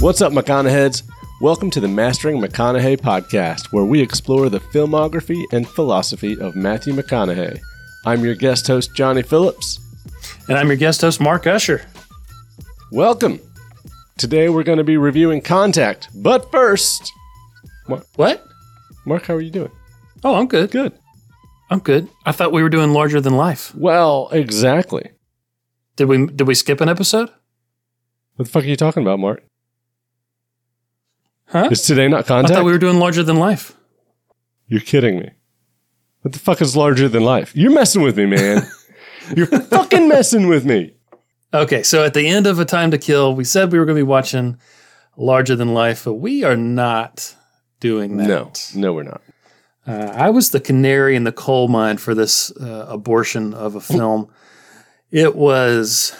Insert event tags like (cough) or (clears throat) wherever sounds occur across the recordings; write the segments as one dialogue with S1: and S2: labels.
S1: What's up, McConaugheyheads? Welcome to the Mastering McConaughey podcast, where we explore the filmography and philosophy of Matthew McConaughey. I'm your guest host, Johnny Phillips.
S2: And I'm your guest host, Mark Usher.
S1: Welcome. Today we're going to be reviewing Contact, but first,
S2: What?
S1: Mark, how are you doing?
S2: Oh, I'm good.
S1: Good.
S2: I'm good. I thought we were doing larger than life.
S1: Well, exactly.
S2: Did we did we skip an episode?
S1: What the fuck are you talking about, Mark?
S2: Huh?
S1: Is today not
S2: I
S1: Contact?
S2: thought we were doing larger than life.
S1: You're kidding me. What the fuck is larger than life? You're messing with me,
S2: (laughs)
S1: man. You're fucking messing with me.
S2: Okay, so at the end of A Time to Kill, we said we were going to be watching Larger Than Life, but we are not doing that.
S1: No, no, we're not.
S2: Uh, I was the canary in the coal mine for this uh, abortion of a film. It was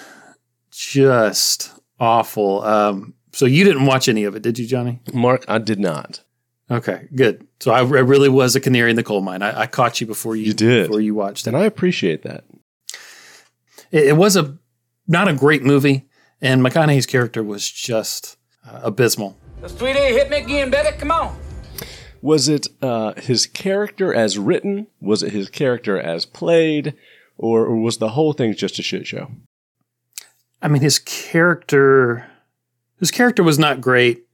S2: just awful. Um, so you didn't watch any of it, did you, Johnny?
S1: Mark, I did not.
S2: Okay, good. So I, I really was a canary in the coal mine. I, I caught you before you,
S1: You did.
S2: before you watched it.
S1: And I appreciate that.
S2: it. It was a not a great movie, and McConaughey's character was just uh, abysmal.
S3: Sweetie, hit Mickey and Betty, come on.
S1: Was it uh, his character as written? Was it his character as played? Or, or was the whole thing just a shit show?
S2: I mean, his character, his character was not great.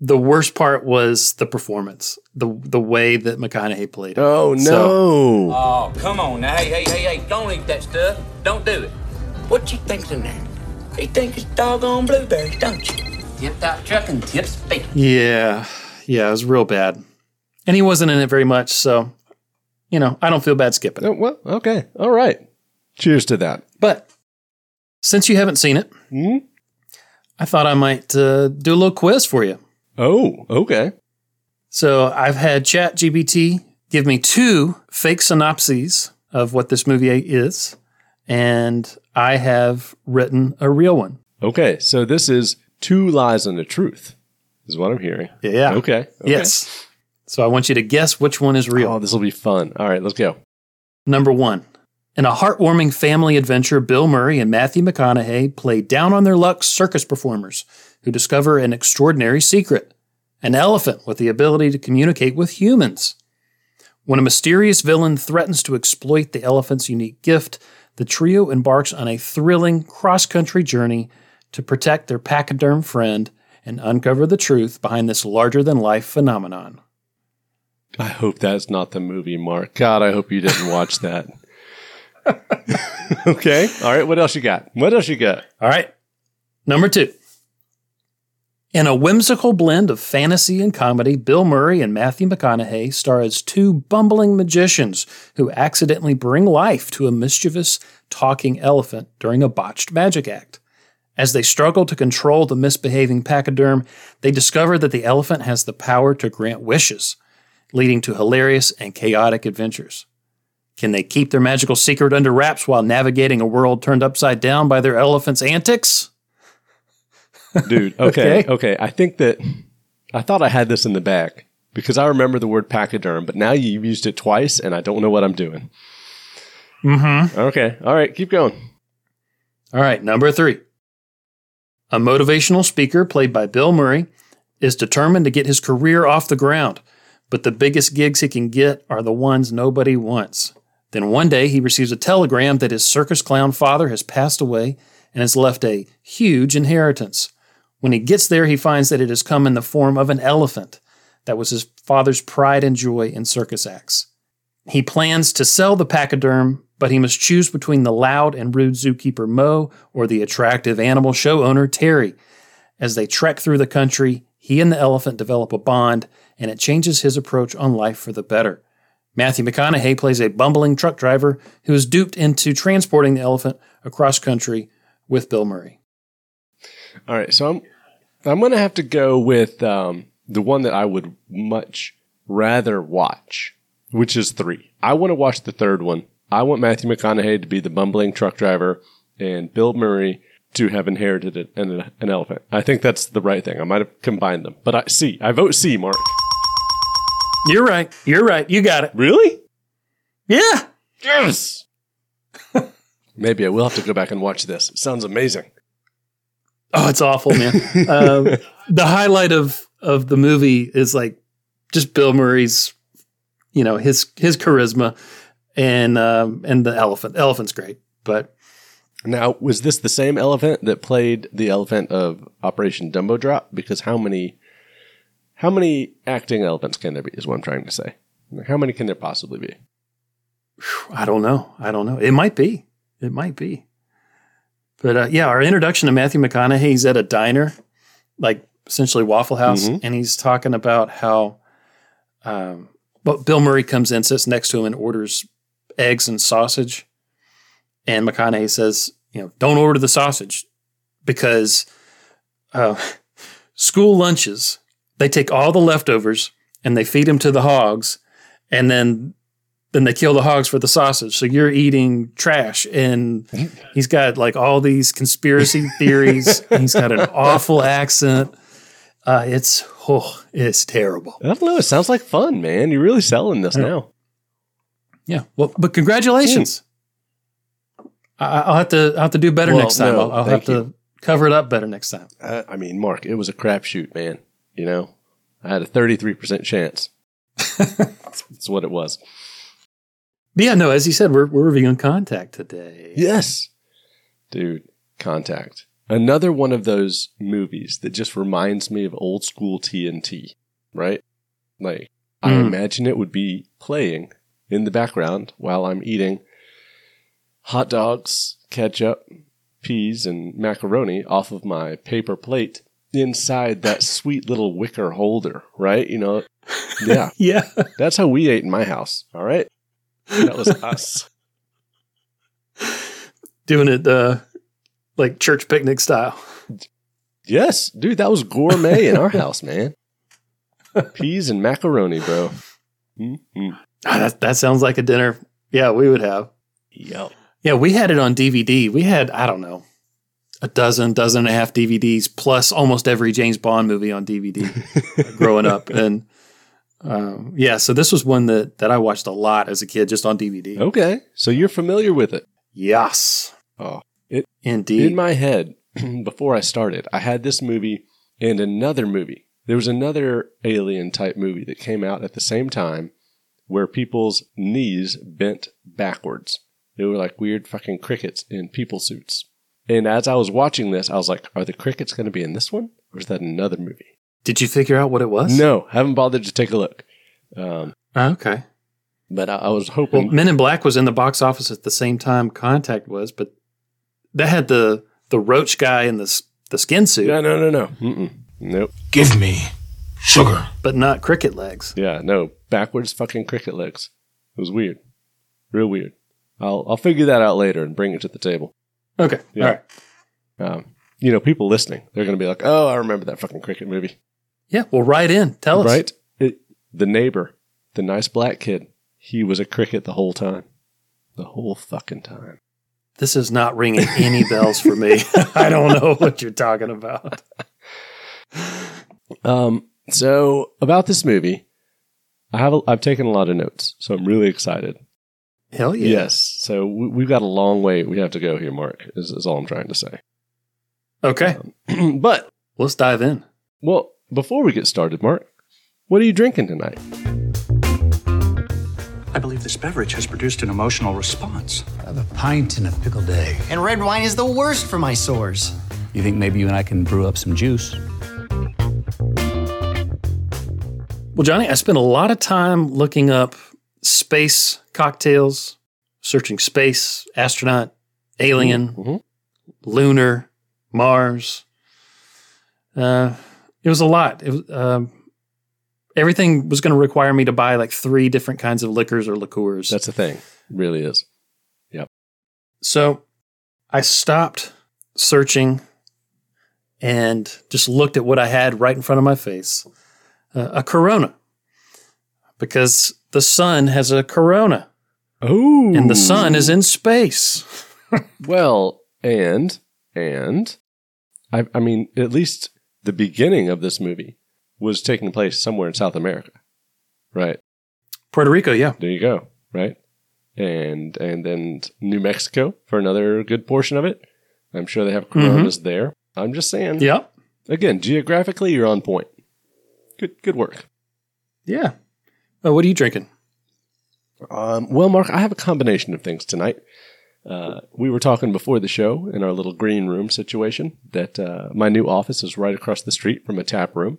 S2: The worst part was the performance, the the way that McConaughey played. it.
S1: Oh, no.
S2: So-
S3: Oh, come on now. Hey, hey, hey, hey, don't eat that stuff. Don't do it. What you think's in there? You think it's doggone blueberries, don't you? Tipped out truck and tipped speak.
S2: yeah, yeah, it was real bad, and he wasn't in it very much. So, you know, I don't feel bad skipping. it.
S1: Oh, well, okay. All right. Cheers to that.
S2: But since you haven't seen it,
S1: Hmm?
S2: I thought I might uh, do a little quiz for you.
S1: Oh, okay.
S2: So I've had ChatGPT give me two fake synopses of what this movie is, and I have written a real one.
S1: Okay. So this is two lies and a truth, is what I'm hearing.
S2: Yeah.
S1: Okay. okay.
S2: Yes. So I want you to guess which one is real.
S1: Oh, this will be fun. All right, let's go.
S2: Number one. In a heartwarming family adventure, Bill Murray and Matthew McConaughey play down on their luck circus performers who discover an extraordinary secret an elephant with the ability to communicate with humans. When a mysterious villain threatens to exploit the elephant's unique gift, the trio embarks on a thrilling cross country journey to protect their pachyderm friend and uncover the truth behind this larger than life phenomenon.
S1: I hope that's not the movie, Mark. God, I hope you didn't watch that. (laughs) okay. All right. What else you got? What else you got?
S2: All right. Number two. In a whimsical blend of fantasy and comedy, Bill Murray and Matthew McConaughey star as two bumbling magicians who accidentally bring life to a mischievous talking elephant during a botched magic act. As they struggle to control the misbehaving pachyderm, they discover that the elephant has the power to grant wishes, leading to hilarious and chaotic adventures. Can they keep their magical secret under wraps while navigating a world turned upside down by their elephant's antics?
S1: Dude. (laughs) Okay. okay.
S2: Okay.
S1: I think that I thought I had this in the back because I remember the word pachyderm, but now you've used it twice and I don't know what I'm doing. Mm-hmm. Okay. All right. Keep going.
S2: All right, number three. A motivational speaker played by Bill Murray is determined to get his career off the ground, but the biggest gigs he can get are the ones nobody wants. Then one day he receives a telegram that his circus clown father has passed away and has left a huge inheritance. When he gets there, he finds that it has come in the form of an elephant. That was his father's pride and joy in circus acts. He plans to sell the pachyderm, but he must choose between the loud and rude zookeeper Mo or the attractive animal show owner Terry. As they trek through the country, he and the elephant develop a bond, and it changes his approach on life for the better. Matthew McConaughey plays a bumbling truck driver who is duped into transporting the elephant across country with Bill Murray.
S1: All right, so I'm I'm gonna have to go with um, the one that I would much rather watch, which is three. I want to watch the third one. I want Matthew McConaughey to be the bumbling truck driver and Bill Murray to have inherited it and an, an elephant. I think that's the right thing. I might have combined them, but I C. I vote C. Mark.
S2: You're right. You're right. You got it.
S1: Really?
S2: Yeah.
S1: (laughs) Yes. Maybe I will have to go back and watch this. It sounds amazing.
S2: Oh, it's awful, man. um, the highlight of of the movie is like just Bill Murray's, you know, his his charisma, and um, and the elephant. Elephant's great, but
S1: Now, was this the same elephant that played the elephant of Operation Dumbo Drop? Because how many, how many acting elephants can there be? Is what I'm trying to say. How many can there possibly be?
S2: I don't know. I don't know. It might be. It might be. But uh, yeah, our introduction to Matthew McConaughey, he's at a diner, like essentially Waffle House,
S1: Mhm.
S2: and he's talking about how um, but Bill Murray comes in, sits next to him, and orders eggs and sausage. And McConaughey says, you know, don't order the sausage because uh, school lunches, they take all the leftovers and they feed them to the hogs. And then then they kill the hogs for the sausage. So you're eating trash. And he's got like all these (laughs) conspiracy theories. he's got an awful accent. Uh, it's oh, it's terrible.
S1: I don't know. It sounds like fun, man. You're really selling this
S2: Yeah.
S1: now.
S2: Yeah. Well, but congratulations. I, I- I'll have to I'll have to do better
S1: Well,
S2: next time.
S1: no,
S2: I'll, I'll have
S1: thank
S2: to cover it up better next time.
S1: I, I mean, Mark, it was a crapshoot, man. You know, I had a 33% chance. That's what it was.
S2: But yeah. No, as you said, we're we're reviewing Contact today.
S1: Yes. Dude, Contact. Another one of those movies that just reminds me of old school TNT, right? Like, I
S2: Mm.
S1: imagine it would be playing in the background while I'm eating hot dogs, ketchup, peas, and macaroni off of my paper plate inside that sweet little wicker holder, right? You know, yeah,
S2: Yeah. (laughs)
S1: that's how we ate in my house, all right? That was us.
S2: Doing it uh, like church picnic style.
S1: Yes, dude, that was gourmet in our house, man. Peas and macaroni, bro. Mm-hmm.
S2: Ah, that that sounds like a dinner. Yeah, we would have.
S1: Yo.
S2: Yeah, we had it on DVD. We had, I don't know, a dozen, dozen and a half DVDs, plus almost every James Bond movie
S1: (laughs)
S2: on DVD growing up. And um, yeah, so this was one that, that I watched a lot as a kid, just on DVD.
S1: Okay, so you're familiar with it.
S2: Yes.
S1: Oh, it-
S2: Indeed.
S1: In my head, (clears throat) before I started, I had this movie and another movie. There was another alien type movie that came out at the same time where people's knees bent backwards. They were like weird fucking crickets in people suits. And as I was watching this, I was like, are the crickets going to be in this one? Or is that another movie?
S2: Did you figure out what it was?
S1: No, haven't bothered to take a look. Um,
S2: Ah, okay.
S1: but I, I was
S2: Well,
S1: hoping.
S2: Men in Black was in the box office at the same time Contact was, but that had the the roach guy in the, s- the skin suit,
S1: no, no, no, no. Mm-mm. Nope.
S4: Give me sugar.
S2: but not cricket legs.
S1: Yeah, no. Backwards fucking cricket legs. It was weird. Real weird. I'll, I'll figure that out later and bring it to the table.
S2: Okay.
S1: Yeah.
S2: All right.
S1: Um, you know, people listening, they're going to be like, oh, I remember that fucking cricket movie.
S2: Yeah. Well, write in. Tell us.
S1: Right? It, the neighbor, the nice black kid, he was a cricket the whole time. The whole fucking time.
S2: This is not ringing any bells for (laughs) me. I don't know what you're talking about.
S1: Um, so about this movie, I have a, I've taken a lot of notes, so I'm really excited.
S2: Hell yeah.
S1: Yes. So we, we've got a long way we have to go here, Mark, is, is all I'm trying to say. (clears throat)
S2: Okay.
S1: but,
S2: Let's dive in.
S1: well, before we get started, Mark, what are you drinking tonight?
S5: I believe this beverage has produced an emotional response.
S6: I have a Uh, pint and a pickled egg. And red wine is the worst for my sores. You think maybe you and I can brew up some juice?
S2: Well, Johnny, I spent a lot of time looking up space cocktails, searching space, astronaut, alien,
S1: Mhm.
S2: Mm-hmm. lunar, Mars. Uh, it was a lot. It was, um, everything was going to require me to buy like three different kinds of liquors or liqueurs.
S1: That's the thing. Really is.
S2: So I stopped searching and just looked at what I had right in front of my face uh, a corona. Because the sun has a corona
S1: Oh.
S2: and the sun is in space.
S1: Well, and, and, I, I mean, at least the beginning of this movie was taking place somewhere in South America, right?
S2: Puerto Rico, yeah.
S1: there you go right and
S2: Mm-hmm.
S1: and then new mexico for another good portion of it i'm sure they have coronas there I'm just saying.
S2: Yep.
S1: Again, geographically, you're on point. Good, good work.
S2: Yeah. Oh, what are you drinking?
S1: Um, well, Mark, I have a combination of things tonight. Uh, we were talking before the show in our little green room situation that uh, my new office is right across the street from a tap room,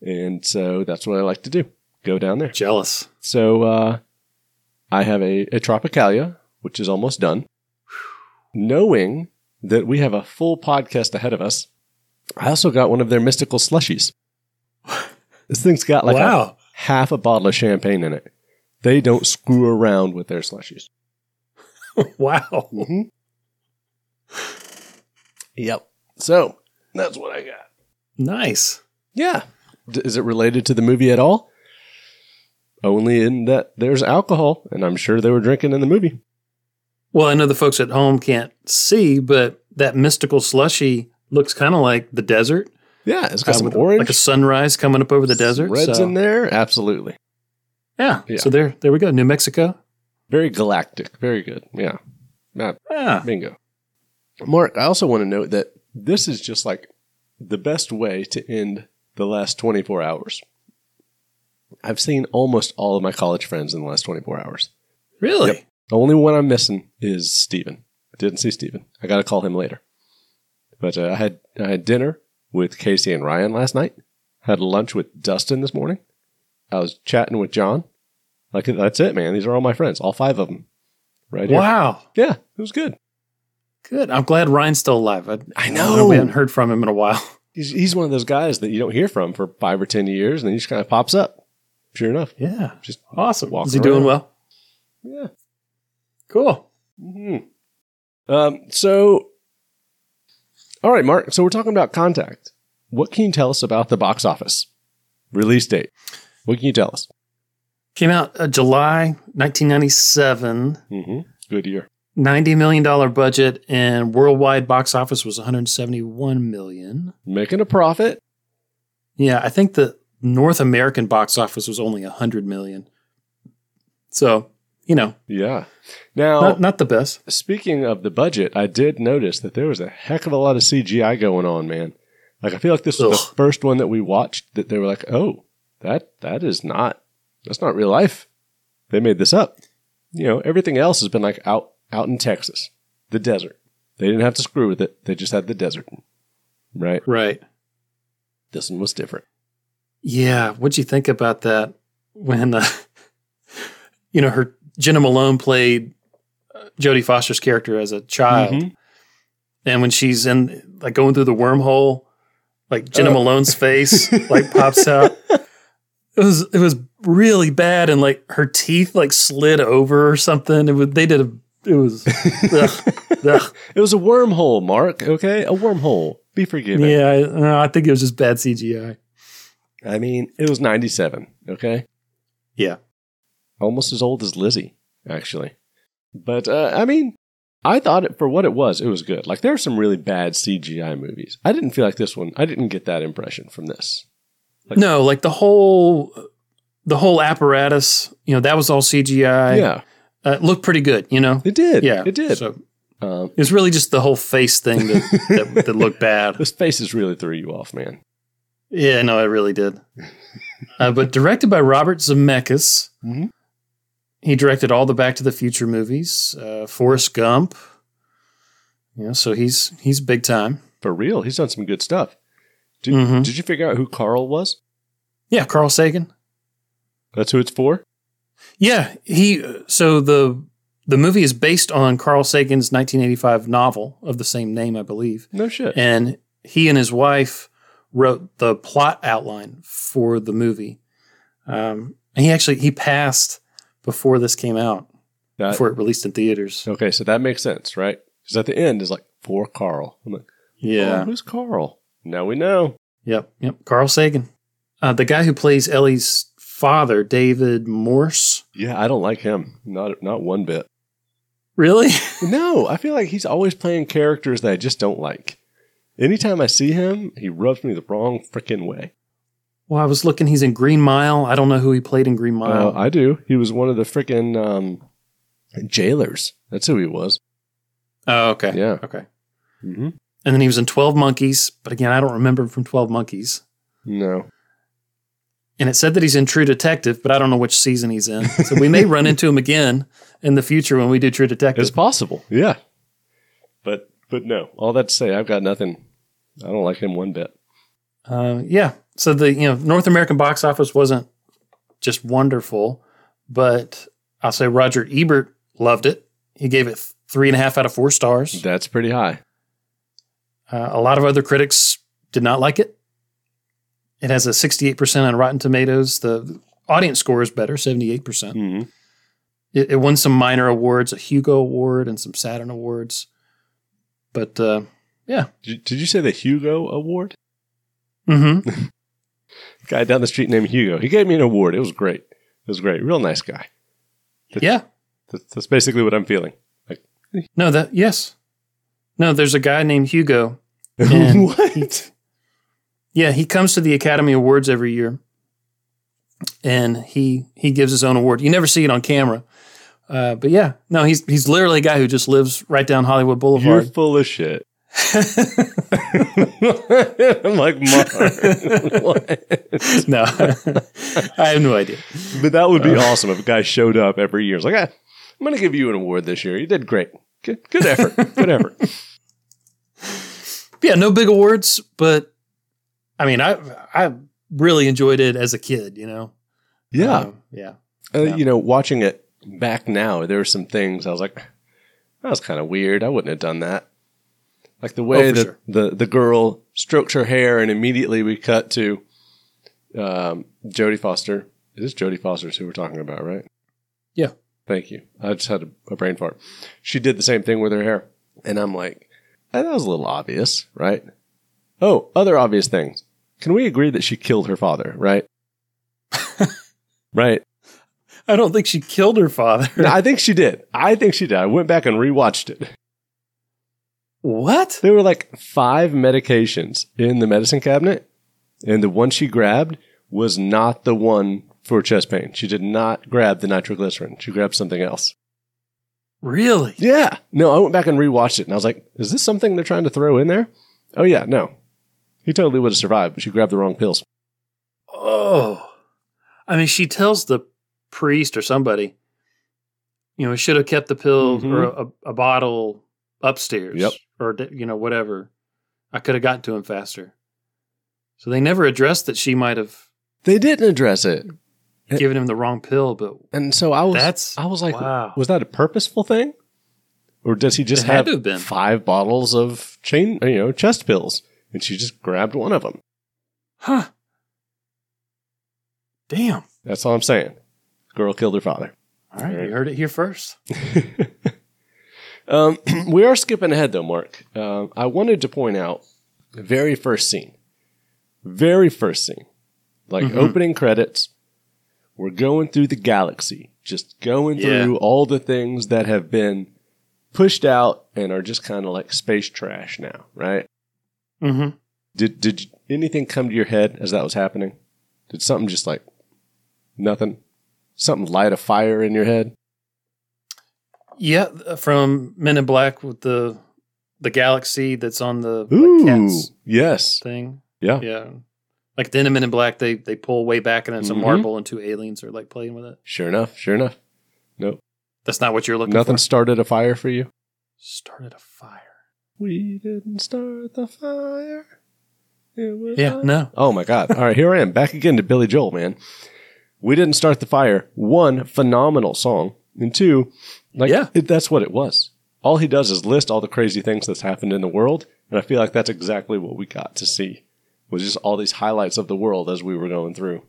S1: and so that's what I like to do: go down there.
S2: Jealous.
S1: So uh, I have a, a Tropicalia, which is almost done. Knowing that we have a full podcast ahead of us, I also got one of their mystical slushies. This thing's got like a
S2: wow.
S1: half a bottle of champagne in it. They don't screw around with their slushies.
S2: wow. (laughs)
S1: Yep. So that's what I got.
S2: Nice.
S1: Yeah. D- is it related to the movie at all? Only in that there's alcohol, and I'm sure they were drinking in the movie.
S2: Well, I know the folks at home can't see, but that mystical slushy looks kind of like the desert.
S1: Yeah, it's got
S2: Uh,
S1: some
S2: with
S1: orange
S2: Like a sunrise coming up over the desert.
S1: reds
S2: so-
S1: in there. Absolutely.
S2: Yeah.
S1: Yeah.
S2: So there, there we go. New Mexico.
S1: Very galactic. Very good. Yeah. Ah,
S2: Ah,
S1: Bingo. Mark, I also want to note that this is just like the best way to end the last 24 hours. I've seen almost all of my college friends in the last 24 hours.
S2: really?
S1: The only one I'm missing is Steven. I didn't see Steven. I got to call him later. But uh, I had I had dinner with Casey and Ryan last night. Had lunch with Dustin this morning. I was chatting with John. Like that's it, man. These are all my friends, all five of them. Right here.
S2: Wow.
S1: Yeah, it was good.
S2: Good. I'm glad Ryan's still alive. I,
S1: I
S2: We haven't heard from him in a while. (laughs)
S1: he's, he's one of those guys that you don't hear from for five or ten years, and then he just kind of pops up. Sure enough,
S2: Yeah.
S1: just
S2: Awesome.
S1: Walking
S2: Is he doing
S1: around.
S2: well?
S1: yeah. mm-hmm.
S2: Cool.
S1: Um, so, all right, Mark. So we're talking about contact. What can you tell us about the box office release date? What can you tell us?
S2: Came out uh, July 1997.
S1: Mm-hmm. Good year.
S2: $90 million budget and worldwide box office was 171 million.
S1: Making a profit.
S2: Yeah, I think the North American box office was only 100 million. So, you know,
S1: Yeah. Now,
S2: not, not the best.
S1: speaking of the budget, I did notice that there was a heck of a lot of CGI going on, man. Like I feel like this was the
S2: Ugh.
S1: first one that we watched that they were like, "Oh, that that is not that's not real life. They made this up." You know, everything else has been like out out in Texas, the desert. They didn't have to screw with it. They just had the desert. Right?
S2: Right.
S1: This one was different.
S2: Yeah, what'd you think about that when uh, (laughs) you know her Jenna Malone played uh, Jodie Foster's character as a child,
S1: Mm-hmm.
S2: and when she's in like going through the wormhole, like Jenna
S1: Oh.
S2: Malone's face like pops out. It was it was really bad, and like her teeth like slid over or something. It was, they did a it was ugh, ugh.
S1: (laughs) It was a wormhole, Mark, okay? A wormhole. Be forgiven.
S2: yeah. I, no, I think it was just bad CGI.
S1: I mean, it was 97, okay?
S2: Yeah,
S1: almost as old as Lizzie, actually. But uh, I mean, I thought it for what it was, it was good. Like there are some really bad CGI movies. I didn't feel like this one. I didn't get that impression from this.
S2: no, like the whole the whole apparatus, you know, that was all CGI.
S1: yeah,
S2: Uh, it looked pretty good, you know.
S1: it did.
S2: yeah,
S1: it did.
S2: So
S1: Um,
S2: it's really just the whole face thing that,
S1: (laughs)
S2: that, that looked bad.
S1: this face is really threw you off, man.
S2: Yeah, no, it really did. Uh, but directed by Robert Zemeckis,
S1: Mhm.
S2: he directed all the Back to the Future movies, uh, Forrest Gump. You know, so he's he's big time.
S1: For real, he's done some good stuff. Did,
S2: Mhm.
S1: did you figure out who Carl was?
S2: Yeah, Carl Sagan.
S1: That's who it's for.
S2: Yeah, he. So the the movie is based on Carl Sagan's 1985 novel of the same name, I believe.
S1: No shit.
S2: And he and his wife wrote the plot outline for the movie. Um, and he actually he passed before this came out,
S1: That-
S2: before it released in theaters.
S1: okay, Uh, so that makes sense, right? Because at the end is like for Carl. I'm like, oh,
S2: Yeah.
S1: who's Carl? Now we know.
S2: Yep. Yep. Carl Sagan, uh, the guy who plays Ellie's father, David Morse.
S1: Yeah, I don't like him. Not not one bit.
S2: Really? (laughs)
S1: No, I feel like he's always playing characters that I just don't like. Anytime I see him, he rubs me the wrong freaking way.
S2: Well, I was looking. He's in Green Mile. I don't know who he played in Green Mile.
S1: Uh, I do. He was one of the freaking um, jailers. That's who he was.
S2: oh, okay.
S1: Yeah.
S2: Okay.
S1: Mhm.
S2: And then he was in 12 Monkeys, but again, I don't remember him from 12 Monkeys.
S1: No.
S2: And it said that he's in True Detective, but I don't know which season he's in. So we may run into him again in the future when we do True Detective.
S1: It's possible. Yeah. But but no. All that to say, I've got nothing. I don't like him one bit.
S2: Uh, yeah. So the you know North American box office wasn't just wonderful, but I'll say Roger Ebert loved it. He gave it three and a half out of four stars.
S1: That's pretty high.
S2: Uh, a lot of other critics did not like it. It has a 68% on Rotten Tomatoes. The audience score is better, 78%. percent
S1: Mhm.
S2: It, it won some minor awards, a Hugo Award and some Saturn Awards. But uh, yeah.
S1: Did you, did you say the Hugo Award?
S2: Mm-hmm.
S1: Guy down the street named Hugo. He gave me an award. It was great. It was great. Real nice guy.
S2: yeah.
S1: That's, that's basically what I'm feeling.
S2: No, that yes. No, there's a guy named Hugo.
S1: (laughs)
S2: And he- yeah, he comes to the Academy Awards every year, and he he gives his own award. You never see it on camera, uh, but yeah, no, he's he's literally a guy who just lives right down Hollywood
S1: You're
S2: Boulevard.
S1: full of shit. I'm like, Mark. what?
S2: (laughs) no, I have no idea.
S1: But that would be awesome if a guy showed up every year. It's like, "Ah, I'm going to give you an award this year. You did great. Good, good effort. Good effort.
S2: But yeah, no big awards, but I mean, I I really enjoyed it as a kid. You know,
S1: Yeah.
S2: Um, yeah.
S1: Uh, You know, watching it back now, there were some things I was like, that was kind of weird. I wouldn't have done that. Like the way
S2: Oh, for
S1: that
S2: sure.
S1: the, the girl stroked her hair, and immediately we cut to um, Jodie Foster. It is Jodie Foster's who we're talking about, right?
S2: Yeah.
S1: Thank you. I just had a, a brain fart. She did the same thing with her hair. And I'm like, "Eh, that was a little obvious, right? Oh, other obvious things. Can we agree that she killed her father, right?
S2: (laughs)
S1: right.
S2: I don't think she killed her father.
S1: No, I think she did. I think she did. I went back and rewatched it.
S2: (laughs) What?
S1: There were like five medications in the medicine cabinet, and the one she grabbed was not the one for chest pain. She did not grab the nitroglycerin. She grabbed something else.
S2: Really?
S1: Yeah. No, I went back and rewatched it and I was like, is this something they're trying to throw in there? Oh, yeah, no. He totally would have survived, but she grabbed the wrong pills.
S2: Oh, I mean, she tells the priest or somebody, you know, we should have kept the pill
S1: Mhm.
S2: or a, a bottle upstairs,
S1: Yep.
S2: or d- you know, whatever. I could have gotten to him faster. So they never addressed that she might have
S1: They didn't address it. It-
S2: given him the wrong pill, but
S1: And so I was
S2: That's-
S1: I was like,
S2: wow.
S1: was that a purposeful thing? Or does he just
S2: It had
S1: have,
S2: to have been.
S1: five bottles of chain, you know, chest pills and she just grabbed one of them?
S2: huh? Damn!
S1: That's all I'm saying. Girl killed her father.
S2: All right, you heard it here first.
S1: Um, (clears throat) we are skipping ahead though, Mark. Um, I wanted to point out the very first scene, very first scene, like
S2: Mm-hmm.
S1: opening credits. We're going through the galaxy, just going
S2: Yeah.
S1: through all the things that have been pushed out and are just kind of like space trash now, right?
S2: Mm-hmm.
S1: Did did you- anything come to your head as that was happening? Did something just like nothing? Something light a fire in your head?
S2: Yeah, uh, from Men in Black with the the galaxy that's on the like, cat's
S1: yes,
S2: thing.
S1: yeah.
S2: Yeah. Like the Men in Black, they they pull way back and it's
S1: Mhm.
S2: a marble and two aliens are like playing with it.
S1: Sure enough, sure enough.
S2: That's not what you're looking
S1: Nothing
S2: for.
S1: started a fire for you?
S2: Started a fire.
S1: We didn't start the fire. It was
S2: Yeah,
S1: us.
S2: no.
S1: Oh my God. All right, here I am. Back again to Billy Joel, man. We didn't start the fire. One, phenomenal song. And two, like,
S2: Yeah.
S1: it, that's what it was. All he does is list all the crazy things that's happened in the world. And I feel like that's exactly what we got to see was just all these highlights of the world as we were going through,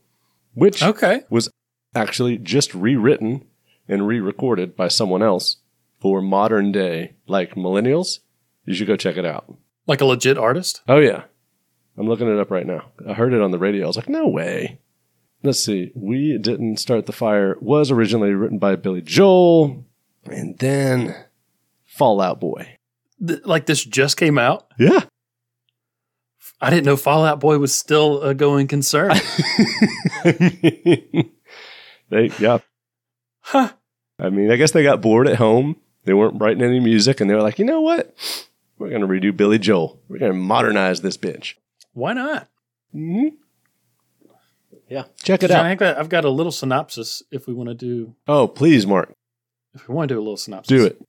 S1: which
S2: Okay.
S1: was actually just rewritten and re-recorded by someone else for modern day like millennials you should go check it out
S2: Like a legit artist?
S1: oh yeah i'm looking it up right now i heard it on the radio i was like no way let's see we didn't start the fire was originally written by billy joel and then fallout boy
S2: Th- like this just came out.
S1: yeah (laughs)
S2: I didn't know Fallout Boy was still a
S1: (laughs)
S2: going concern.
S1: they yeah
S2: huh.
S1: I mean, I guess they got bored at home. They weren't writing any music, and they were like, you know what? We're going to redo Billy Joel. We're going to modernize this bitch.
S2: Why not?
S1: Yeah. Check it
S2: I
S1: out.
S2: think that I've got a little synopsis if we want to do
S1: Oh, please, Mark,
S2: if we want to do a little synopsis.
S1: do it.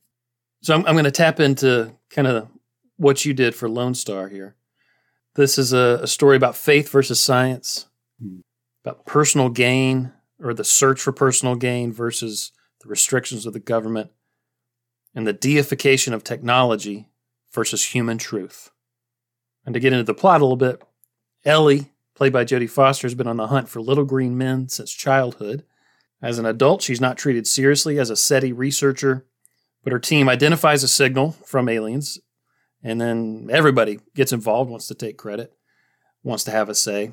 S2: So I'm, I'm going to tap into kind of what you did for Lone Star here. This is a, a story about faith versus science, about personal gain or the search for personal gain versus the restrictions of the government, and the deification of technology versus human truth. And to get into the plot a little bit, Ellie, played by Jodie Foster, has been on the hunt for little green men since childhood. As an adult, she's not treated seriously as a SETI researcher but her team identifies a signal from aliens, and then everybody gets involved, wants to take credit, wants to have a say.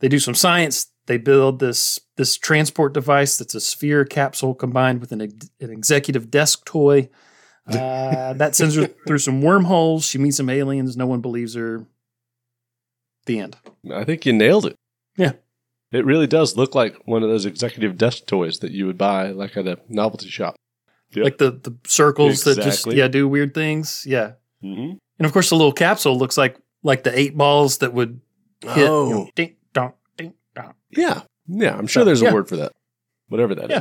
S2: They do some science. They build this this transport device that's a sphere capsule combined with an, ex- an executive desk toy.
S1: (laughs)
S2: Uh, that sends her through some wormholes. She meets some aliens. No one believes her. The end.
S1: I think you nailed it.
S2: Yeah.
S1: It really does look like one of those executive desk toys that you would buy like at a novelty shop. Yep.
S2: Like the, the circles that just
S1: Exactly.
S2: yeah do weird things. Yeah.
S1: Mm-hmm.
S2: And of course, the little capsule looks like like the eight balls that would hit.
S1: Oh.
S2: you know, ding dong, ding dong.
S1: Yeah. Yeah. I'm sure there's a
S2: Yeah.
S1: word for that, whatever that is.
S2: Yeah.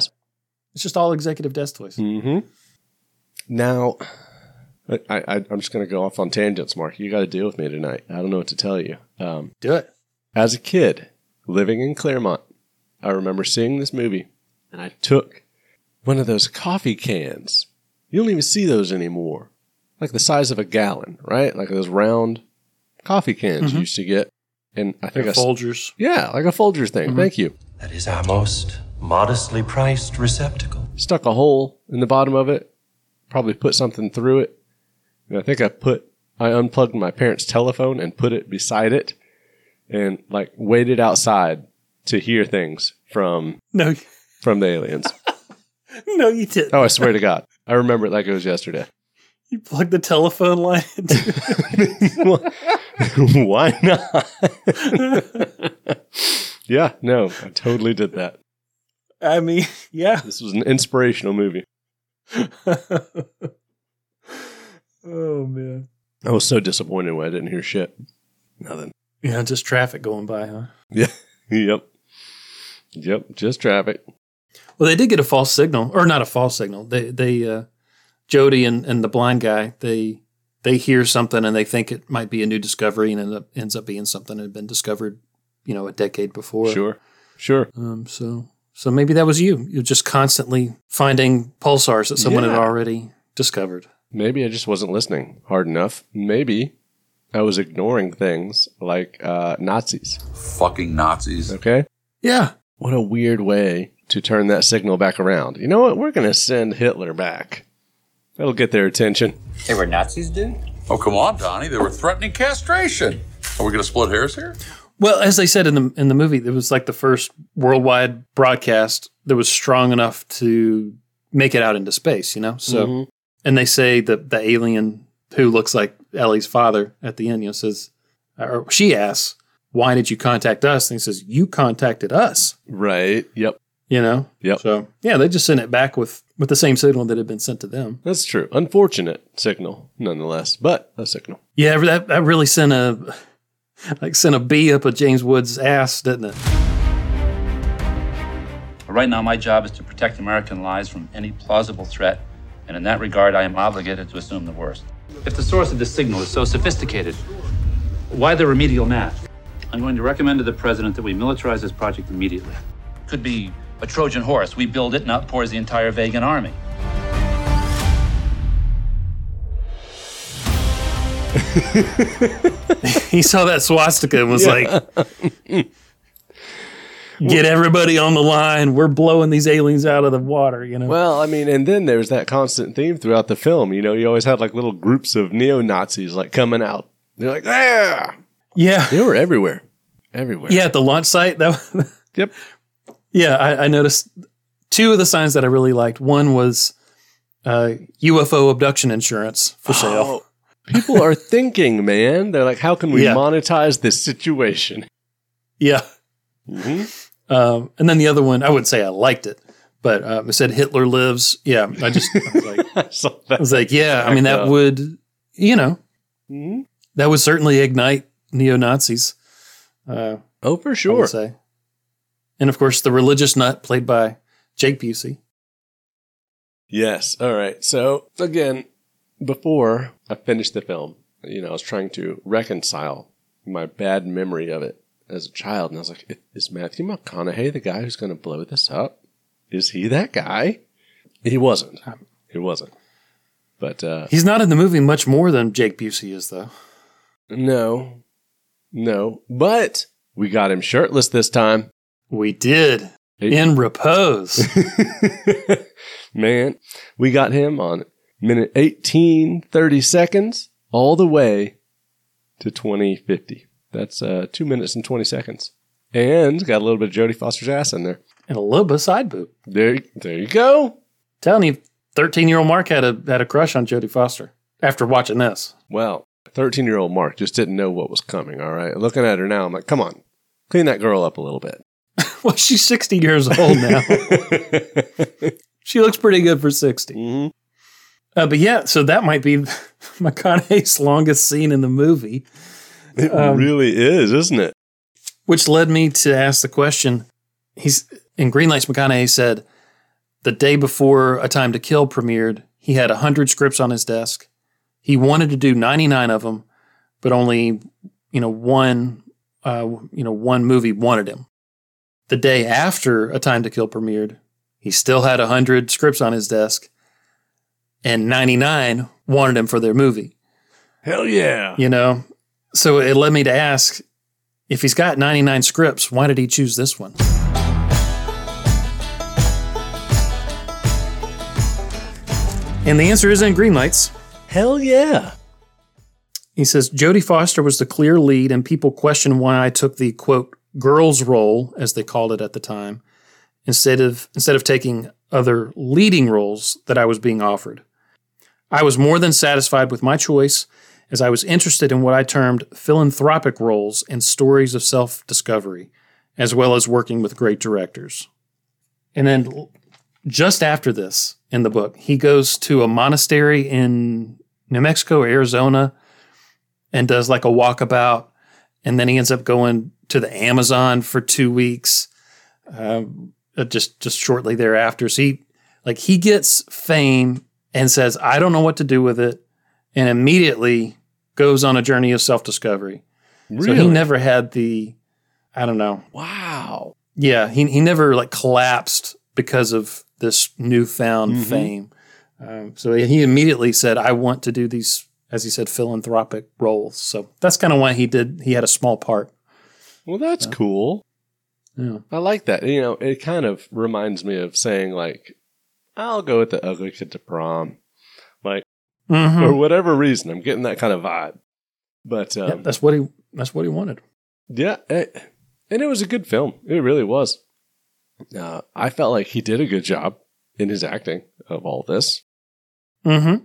S2: It's just all executive desk toys.
S1: Mm-hmm. Now, I, I, I'm just going to go off on tangents, Mark. You got to deal with me tonight. I don't know what to tell you. Um,
S2: Do it.
S1: as a kid living in Claremont, I remember seeing this movie, and I took one of those coffee cans. You don't even see those anymore, like the size of a gallon, right? Like those round coffee cans you used to get. And I think I,
S2: Like
S1: s-
S2: Folgers.
S1: yeah, like a Folgers thing. Thank you.
S7: That is our most modestly priced receptacle.
S1: stuck a hole in the bottom of it, probably put something through it. And I think I put, I unplugged my parents' telephone and put it beside it and like waited outside to hear things from,
S2: No,
S1: from the aliens.
S2: no, you didn't.
S1: Oh, I swear to God. I remember it like it was yesterday. (laughs)
S2: You plugged the telephone line. into-
S1: Why not? (laughs) yeah, no, I totally did that.
S2: I mean, yeah. (laughs)
S1: This was an inspirational movie.
S2: oh man.
S1: I was so disappointed when I didn't hear shit. Nothing.
S2: Yeah, just traffic going by, huh?
S1: Yeah. Yep. Yep. Just traffic.
S2: Well, they did get a false signal, or not a false signal. They, they, uh, Jody and, and the blind guy, they, they hear something and they think it might be a new discovery, and end up, ends up being something that had been discovered, you know, a decade before.
S1: Sure. Sure.
S2: Um, so, so maybe that was you. You're just constantly finding pulsars that someone
S1: Yeah.
S2: had already discovered.
S1: Maybe I just wasn't listening hard enough. Maybe I was ignoring things like uh, Nazis.
S8: Fucking Nazis.
S1: Okay.
S2: Yeah,
S1: What a weird way to turn that signal back around. You know what? We're going to send Hitler back. That'll get their attention.
S3: They were Nazis, dude?
S8: Oh, come on, Donnie. They were threatening castration. Are we going to split hairs here?
S2: Well, as they said in the in the movie, it was like the first worldwide broadcast that was strong enough to make it out into space, you know. So, and they say that the alien who looks like Ellie's father at the end, you know, says, or she asks, "Why did you contact us?" And he says, "You contacted us,"
S1: Right. Yep.
S2: you know.
S1: Yep.
S2: So, yeah, they just sent it back with with the same signal that had been sent to them.
S1: That's true. Unfortunate signal, nonetheless, but a signal.
S2: Yeah, that that really sent a (laughs) like sent a bee up a James Woods' ass, didn't it?
S3: Right now, my job is to protect American lives from any plausible threat, and in that regard, I am obligated to assume the worst. If the source of this signal is so sophisticated, why the remedial now? I'm going to recommend to the president that we militarize this project immediately. Could be a Trojan horse. We build it and outpours the entire Vegan army.
S2: he saw that swastika and was like, "Get everybody on the line. We're blowing these aliens out of the water." You know,
S1: Well, I mean, and then there was that constant theme throughout the film. You know, you always had like little groups of neo Nazis like coming out. They're like, ah!
S2: yeah,
S1: They were everywhere. Everywhere.
S2: yeah. At the launch site, that
S1: Yep.
S2: (laughs) yeah, I, I noticed two of the signs that I really liked. One was uh, UFO abduction insurance
S1: Oh.
S2: for sale.
S1: people are thinking, man. They're like, how can we
S2: Yeah.
S1: monetize this situation?
S2: Yeah.
S1: (laughs)
S2: Um, and then the other one, I wouldn't say I liked it, but um, it said Hitler lives. Yeah, I just I was like,
S1: I saw
S2: (laughs) I was
S1: that.
S2: like, yeah. I mean, that
S1: up.
S2: would you know, that would certainly ignite neo Nazis. Uh,
S1: Oh, for
S2: I would
S1: sure.
S2: say. And of course, the religious nut played by Jake Busey.
S1: Yes. All right. So again, before I finished the film, you know, I was trying to reconcile my bad memory of it as a child, and I was like, "Is Matthew McConaughey the guy who's going to blow this up? Is he that guy?" He wasn't.
S2: Um,
S1: He wasn't. But uh,
S2: He's not in the movie much more than Jake Busey is, though.
S1: no, no. But we got him shirtless this time.
S2: We did
S1: Hey.
S2: in repose.
S1: (laughs)
S2: (laughs)
S1: Man, we got him on minute 18, 30 seconds, all the way to 2050. That's uh, two minutes and 20 seconds. And got a little bit of Jodie Foster's ass in there.
S2: and a little bit of side boob.
S1: There, there you go.
S2: Telling you, 13 year old Mark had a, had a crush on Jodie Foster after watching this. (laughs)
S1: Well, 13 year old Mark just didn't know what was coming, all right? Looking at her now, I'm like, come on, clean that girl up a little bit. (laughs)
S2: Well, she's 60 years old now. (laughs) she looks pretty good for 60.
S1: Mhm.
S2: Uh, but yeah, so that might be (laughs) McConaughey's longest scene in the movie.
S1: It really is, isn't it?
S2: Which led me to ask the question. He's in Greenlights McConaughey said the day before A Time to Kill premiered, he had 100 scripts on his desk. He wanted to do 99 of them, but only, you know, one uh, you know, one movie wanted him. The day after A Time to Kill premiered, he still had 100 scripts on his desk and 99 wanted him for their movie
S1: Hell yeah.
S2: you know so it led me to ask if he's got 99 scripts why did he choose this one and the answer is in green lights
S1: Hell yeah.
S2: he says jodie foster was the clear lead and people question why i took the quote girls role as they called it at the time instead of instead of taking other leading roles that i was being offered i was more than satisfied with my choice as i was interested in what i termed philanthropic roles and stories of self-discovery as well as working with great directors and then just after this in the book he goes to a monastery in new mexico or arizona and does like a walkabout, and then he ends up going to the Amazon for two weeks, um, uh, just just shortly thereafter. So he like he gets fame and says, "I don't know what to do with it," and immediately goes on a journey of self discovery.
S1: Really?
S2: So he never had the, I don't know,
S1: wow.
S2: yeah, he he never like collapsed because of this newfound fame. Um, so he immediately said, "I want to do these," as he said, philanthropic roles. So that's kind of why he did. He had a small part.
S1: Well, that's cool.
S2: Yeah.
S1: I like that. You know, it kind of reminds me of saying like, "I'll go with the ugly kid to prom," like
S2: Mm-hmm. Oh,
S1: for whatever reason. I'm getting that kind of vibe. But um,
S2: Yep, that's what he. That's what he wanted.
S1: yeah, it, and it was a good film. It really was. Uh, I felt like he did a good job in his acting of all this.
S2: Mm-hmm.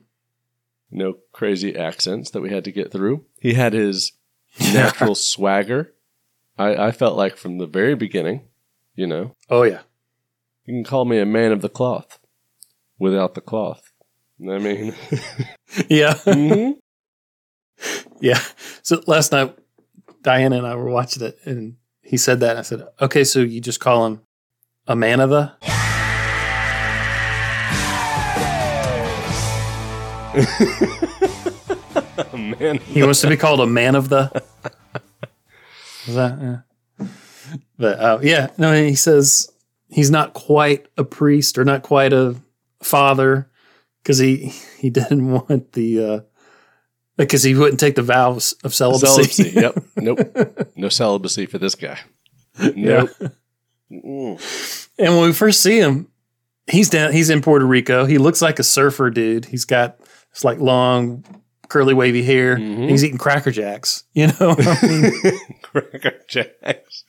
S1: No crazy accents that we had to get through. He had his natural swagger. I, I felt like from the very beginning, you know,
S2: Oh yeah.
S1: You can call me a man of the cloth without the cloth. I mean,
S2: (laughs) Yeah.
S1: Mhm.
S2: (laughs) Yeah. So last night, Diana and I were watching it, and he said that. And I said, "Okay, so you just call him a man of the."
S1: a (laughs) man.
S2: He wants to be called a man of the. (laughs) Is that? yeah. But uh, yeah, no. He says he's not quite a priest or not quite a father because he he didn't want the uh, because he wouldn't take the vows of celibacy.
S1: Celibacy.
S2: (laughs)
S1: yep. Nope. No celibacy for this guy. Nope.
S2: And when we first see him, he's down. He's in Puerto Rico. He looks like a surfer dude. He's got this like long, curly, wavy hair. and he's eating cracker jacks. You know, I mean,
S1: Cracker Jacks.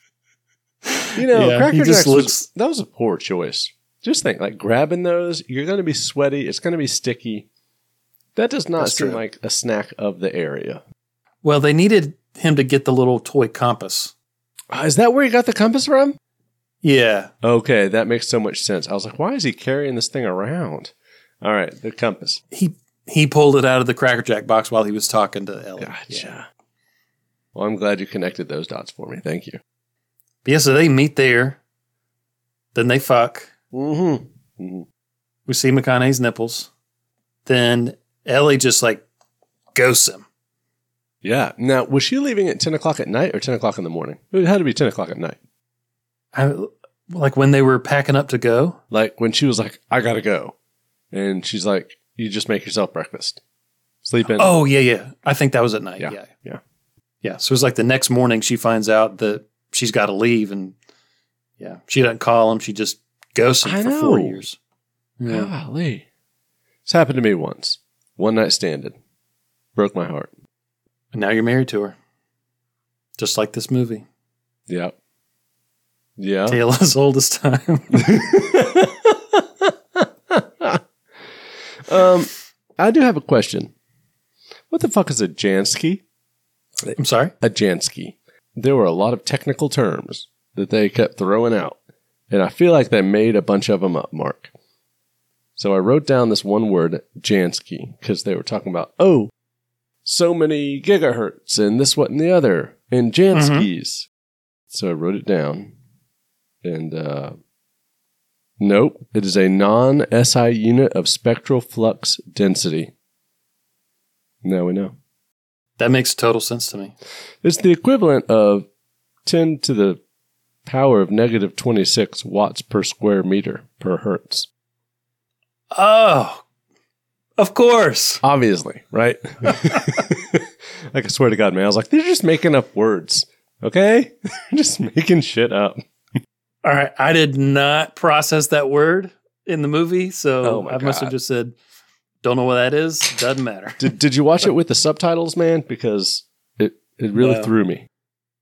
S1: You know,
S2: Yeah,
S1: Cracker
S2: he just
S1: Jacks. was-
S2: looks-
S1: that was a poor choice. Just think, like grabbing those, you're going to be sweaty. It's going to be sticky. That does not
S2: That's
S1: seem
S2: true.
S1: like a snack of the area.
S2: well, they needed him to get the little toy compass.
S1: Uh, is that where you got the compass from?
S2: Yeah.
S1: Okay, that makes so much sense. I was like, why is he carrying this thing around? All right, the compass.
S2: He He pulled it out of the Cracker Jack box while he was talking to Ellie.
S1: Gotcha.
S2: Yeah.
S1: Well, I'm glad you connected those dots for me. Thank you.
S2: But yeah, so they meet there. Then they fuck.
S1: Mm-hmm.
S2: We see McConaughey's nipples. Then Ellie just like ghosts him.
S1: Yeah. Now, was she leaving at 10 o'clock at night or 10 o'clock in the morning? It had to be 10 o'clock at night.
S2: I, like when they were packing up to go.
S1: Like when she was like, I got to go. And she's like, you just make yourself breakfast. Sleep in.
S2: Oh yeah, yeah. I think that was at night.
S1: yeah.
S2: Yeah,
S1: Yeah.
S2: yeah. So it's like the next morning she finds out that she's got to leave, and yeah, she doesn't call him. She just ghosts him
S1: I
S2: for four
S1: know.
S2: years. Yeah.
S1: Golly. This happened to me once. One night standing. Broke my heart.
S2: And now you're married to her, just like this movie.
S1: Yep. Yeah.
S2: Tale as old as time. (laughs)
S1: Um, I do have a question. What the fuck is a Jansky?
S2: I'm sorry.
S1: a Jansky. There were a lot of technical terms that they kept throwing out, and I feel like they made a bunch of them up, Mark. So I wrote down this one word, Jansky, because they were talking about, oh, so many gigahertz and this, what, and the other, and Janskys. So I wrote it down, and uh, nope, it is a non SI unit of spectral flux density. Now we know.
S2: That makes total sense to me.
S1: It's the equivalent of 10 to the power of negative 26 watts per square meter per hertz.
S2: Oh, of course.
S1: Obviously, right? (laughs) like, I swear to God, man, I was like, they're just making up words, okay? (laughs) just making shit up.
S2: All right. I did not process that word in the movie,
S1: Oh,
S2: so
S1: my
S2: I must
S1: God.
S2: have just said, "Don't know what that is. Doesn't matter."
S1: Did, did you watch it with the subtitles, man? Because it, it really
S2: No.
S1: threw me.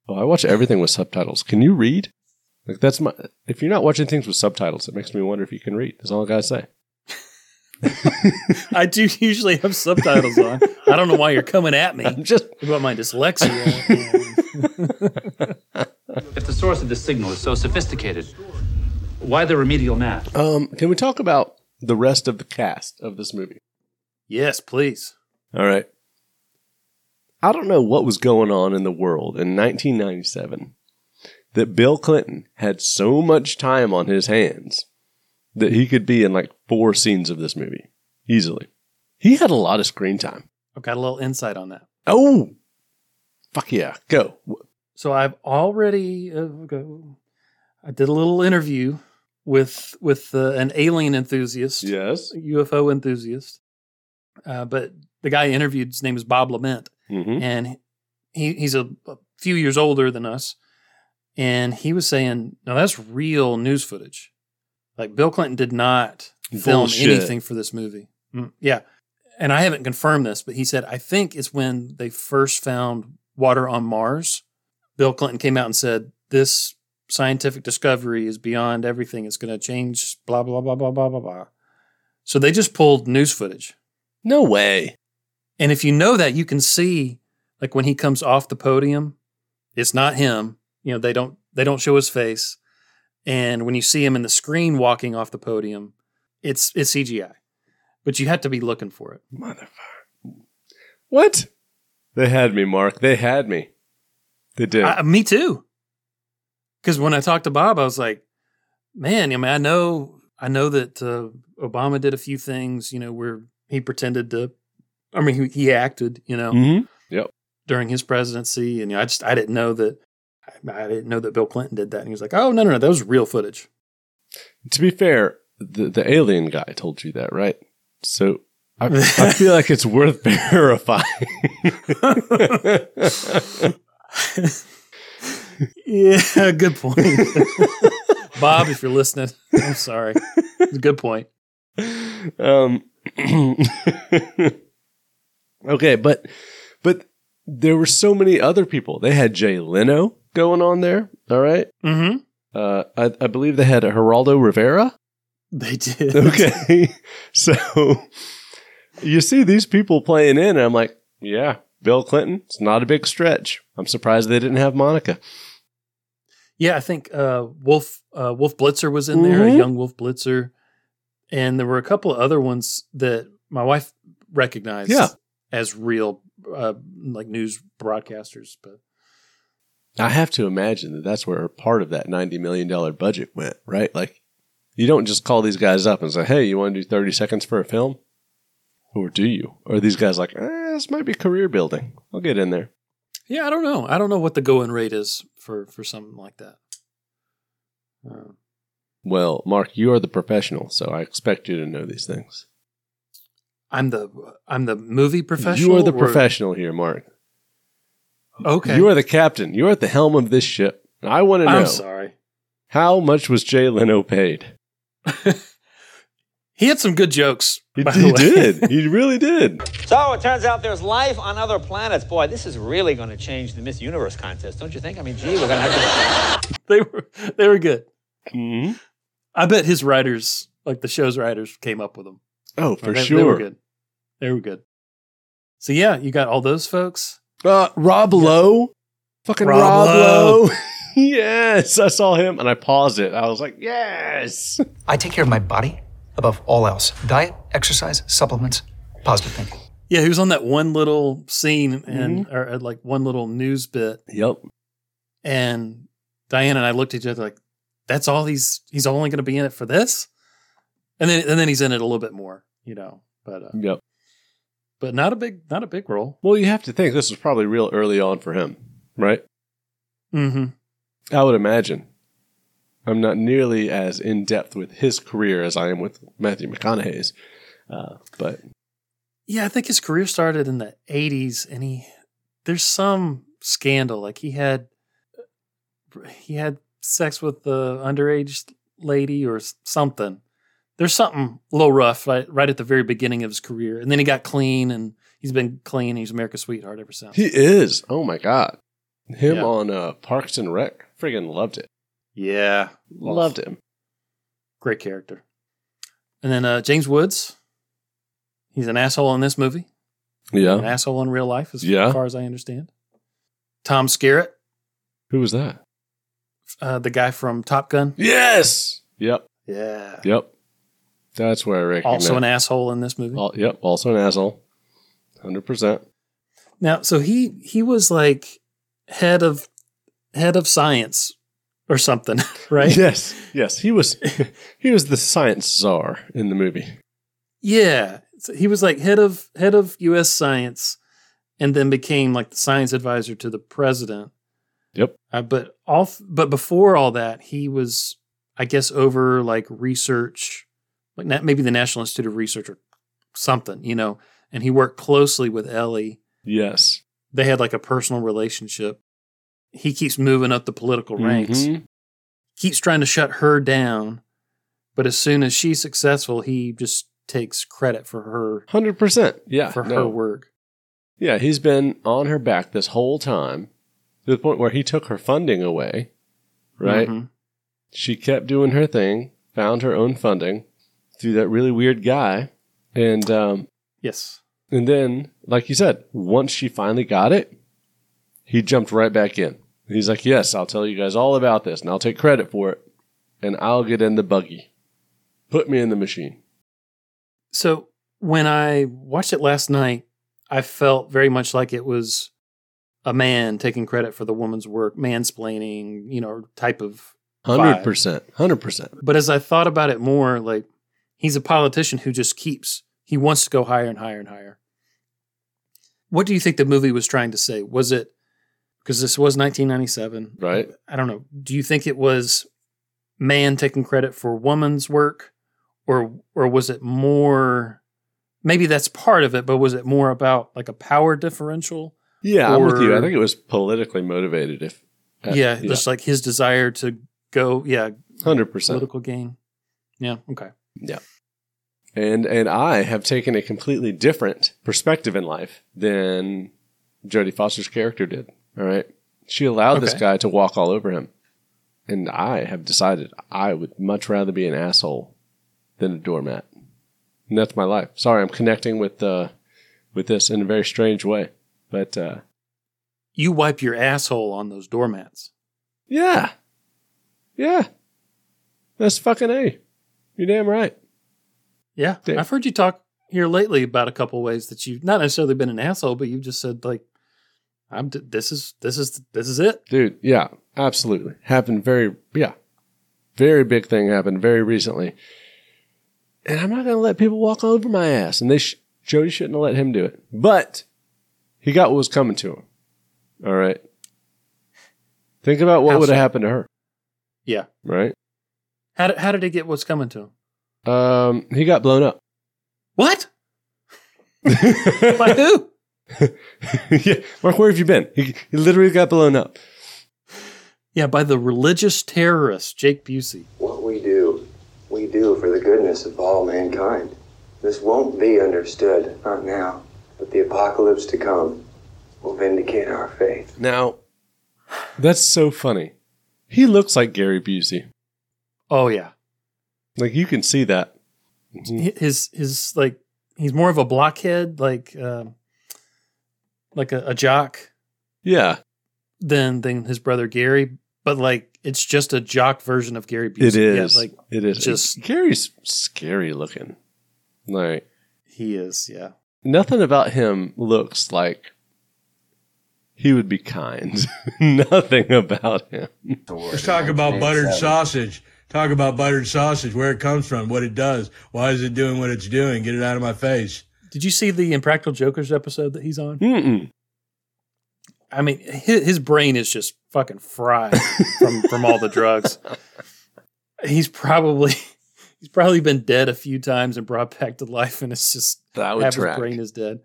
S1: Oh, I watch everything with subtitles. Can you read? Like, that's my. If you're not watching things with subtitles, it makes me wonder if you can read. That's all I gotta say.
S2: (laughs) I do usually have subtitles on. (laughs) I don't know why you're coming at me
S1: I'm just.
S2: about my dyslexia.
S3: If the source of this signal is so sophisticated, why the remedial math?
S1: Um, can we talk about the rest of the cast of this movie?
S2: yes, please.
S1: All right. I don't know what was going on in the world in 1997 that Bill Clinton had so much time on his hands that he could be in like four scenes of this movie easily. He had a lot of screen time.
S2: I've got a little insight on that.
S1: Oh, fuck yeah. Go.
S2: So I've already uh, go- I did a little interview with with uh, an alien enthusiast,
S1: Yes.
S2: UFO enthusiast. Uh, but the guy I interviewed, his name is Bob Lament,
S1: Mm-hmm.
S2: and he, he's a, a few years older than us. And he was saying, "No, that's real news footage. Like Bill Clinton did not film
S1: Bullshit.
S2: anything for this movie." Mm, yeah, and I haven't confirmed this, but he said I think it's when they first found water on Mars. Bill Clinton came out and said this scientific discovery is beyond everything. It's going to change. Blah blah blah blah blah blah blah. So they just pulled news footage.
S1: No way.
S2: And if you know that, you can see like when he comes off the podium, it's not him. You know, they don't they don't show his face. And when you see him in the screen walking off the podium, it's it's CGI. But you had to be looking for it.
S1: Motherfucker. What? They had me, Mark. They had me. They did.
S2: I, me too. Because when I talked to Bob, I was like, "Man, I mean, I know, I know that uh, Obama did a few things. You know, where he pretended to, I mean, he, he acted. You know,
S1: mm-hmm.
S2: during his presidency, and you know, I just I didn't know that I didn't know that Bill Clinton did that. And he was like, "Oh no, no, no, that was real footage."
S1: To be fair, the, the alien guy told you that, right? So I, I feel like it's worth (laughs) verifying.
S2: Yeah, (laughs) good point, Bob. If you're (laughs) listening, I'm sorry. It's a good point.
S1: um, (clears throat) okay, but but there were so many other people. They had Jay Leno going on there. All right,
S2: Mm-hmm.
S1: uh, I, I believe they had Geraldo Rivera.
S2: They did.
S1: Okay. (laughs) So you see these people playing in, and I'm like, yeah, Bill Clinton, it's not a big stretch. I'm surprised they didn't have Monica.
S2: Yeah, I think uh, Wolf uh, Wolf Blitzer was in there, a
S1: Mhm.
S2: young Wolf Blitzer, and there were a couple of other ones that my wife recognized
S1: Yeah.
S2: as real uh, like news broadcasters. But
S1: I have to imagine that that's where part of that $90 million budget went, right? Like, you don't just call these guys up and say, hey, you want to do 30 seconds for a film? Or do you? Or are these guys like, eh, this might be career building. I'll get in there.
S2: yeah, I don't know. I don't know what the going rate is for for something like that. Uh,
S1: Well, Mark, you are the professional, so I expect you to know these things.
S2: I'm the I'm the movie professional.
S1: you are the
S2: or-
S1: professional here, Mark.
S2: Okay,
S1: You are the captain. You are at the helm of this ship. And I want to know
S2: I'm sorry.
S1: how much was Jay Leno paid?
S2: He had some good jokes.
S1: He,
S2: by the
S1: he
S2: way.
S1: (laughs) did.
S2: (laughs)
S1: He really did.
S9: So it turns out there's life on other planets. Boy, this is really going to change the Miss Universe contest, don't you think? I mean, gee, we're going to have
S2: they were they were good.
S1: hmm
S2: Mm-hmm. I bet his writers, like the show's writers, came up with them.
S1: Oh, for
S2: they,
S1: sure.
S2: They were good. They were good. So yeah, you got all those folks.
S1: Uh, Rob Lowe. Fucking Rob,
S2: Rob
S1: Lowe. (laughs) yes, I saw him and I paused it. I was like,
S2: (laughs)
S1: yes.
S9: I take care of my body above all else. Diet, exercise, supplements, positive thinking.
S2: Yeah, he was on that one little scene and
S1: Mm-hmm.
S2: or, uh, like one little news bit,
S1: Yep.
S2: and Diane and I looked at each other like, "That's all he's he's only going to be in it for this," and then and then he's in it a little bit more, you know. But uh,
S1: Yep.
S2: but not a big not a big role.
S1: Well, you have to think this was probably real early on for him, right?
S2: Mm-hmm.
S1: I would imagine. I'm not nearly as in depth with his career as I am with Matthew McConaughey's. Uh, but
S2: Yeah, I think his career started in the 80s and he there's some scandal like he had he had sex with the underage lady or s- something. There's something a little rough right, right at the very beginning of his career and then he got clean and he's been clean and he's America's sweetheart ever since.
S1: he is. Oh my God. Him
S2: Yeah.
S1: on uh, Parks and Rec. Friggin' loved it.
S2: yeah,
S1: Loved him.
S2: great character. And then uh, James Woods he's an asshole in this movie, an
S1: Yeah.
S2: asshole in real life as
S1: Oh. Yeah.
S2: far as I understand. Tom Skerritt
S1: Who was that?
S2: uh, the guy from Top Gun.
S1: Yes. Yep.
S2: Yeah.
S1: Yep. That's where I recognize.
S2: Also an asshole in this movie.
S1: Al- yep, also an asshole. 100%.
S2: Now, so he he was like head of head of science or something, (laughs) right?
S1: Yes. Yes, he was (laughs) he was the science czar in the movie.
S2: Yeah. So he was like head of head of US science and then became like the science advisor to the president.
S1: Yep.
S2: Uh, but all but before all that, he was I guess over like research like not maybe the National Institute of Research or something, you know, and he worked closely with Ellie
S1: Yes.
S2: they had like a personal relationship. He keeps moving up the political ranks,
S1: Mhm.
S2: keeps trying to shut her down, but as soon as she's successful, he just takes credit for her
S1: 100%. Yeah.
S2: for
S1: no.
S2: her work.
S1: Yeah, he's been on her back this whole time to the point where he took her funding away, right?
S2: Mhm.
S1: She kept doing her thing, found her own funding through that really weird guy. And um,
S2: Yes.
S1: And then, like you said, once she finally got it, he jumped right back in. He's like, Yes, I'll tell you guys all about this and I'll take credit for it. And I'll get in the buggy. Put me in the machine.
S2: So when I watched it last night, I felt very much like it was a man taking credit for the woman's work, mansplaining, you know, type of
S1: 100%. 100%.
S2: But as I thought about it more, like he's a politician who just keeps he wants to go higher and higher and higher. What do you think the movie was trying to say? Was it because this was 1997?
S1: Right?
S2: I don't know. Do you think it was man taking credit for woman's work or or was it more maybe that's part of it, but was it more about like a power differential?
S1: Yeah, I'm with you. I
S2: Or-
S1: think it was politically motivated. If uh,
S2: yeah, just like his desire to go, yeah,
S1: 100%.
S2: political gain. Yeah, okay.
S1: And, and I have taken a completely different perspective in life than Jodie Foster's character did. All right. She allowed this
S2: Okay.
S1: guy to walk all over him. And I have decided I would much rather be an asshole than a doormat. And that's my life. Sorry, I'm connecting with uh, with this in a very strange way. But uh,
S2: you wipe your asshole on those doormats.
S1: yeah. Yeah. That's fucking A. You're damn right.
S2: Yeah.
S1: Yeah.
S2: I've heard you talk here lately about a couple ways that you've not necessarily been an asshole, but you've just said like, "I'm d- this is this is this is it."
S1: Dude, yeah, absolutely. Happened very, yeah, very big thing happened very recently. And I'm not going to let people walk all over my ass. And they sh- Jody shouldn't have let him do it. But he got what was coming to him. All right. Think about what
S2: How
S1: would have
S2: so?
S1: happened to her,
S2: Yeah.
S1: right?
S2: How did, how did he get what's coming to him?
S1: Um, he got blown up. (laughs)
S2: What? By who?
S1: yeah, Mark, where have you been? He, he literally got blown up.
S2: Yeah, by the religious terrorist Jake Busey.
S10: What we do, we do for the goodness of all mankind. This won't be understood, not now, but the apocalypse to come will vindicate our faith.
S1: Now, that's so funny. He looks like Gary Busey.
S2: Oh yeah,
S1: Like you can see that.
S2: his his like he's more of a blockhead, like um, like a, a jock
S1: Yeah,
S2: than than his brother Gary. But like it's just a jock version of Gary Busey.
S1: it
S2: Yeah,
S1: is.
S2: like
S1: it is.
S2: just-
S1: Gary's scary looking. Like
S2: he is. Yeah.
S1: nothing about him looks like he would be kind. (laughs) nothing about him.
S11: Let's talk about buttered sausage. Talk about buttered sausage, where it comes from, what it does. Why is it doing what it's doing? Get it out of my face.
S2: Did you see the Impractical Jokers episode that he's on?
S1: Mm-mm.
S2: I mean, his, his brain is just
S1: (laughs)
S2: fucking fried from from all the drugs. He's probably (laughs) he's probably been dead a few times and brought back to life, and it's just
S1: That would
S2: half
S1: track.
S2: his brain is dead.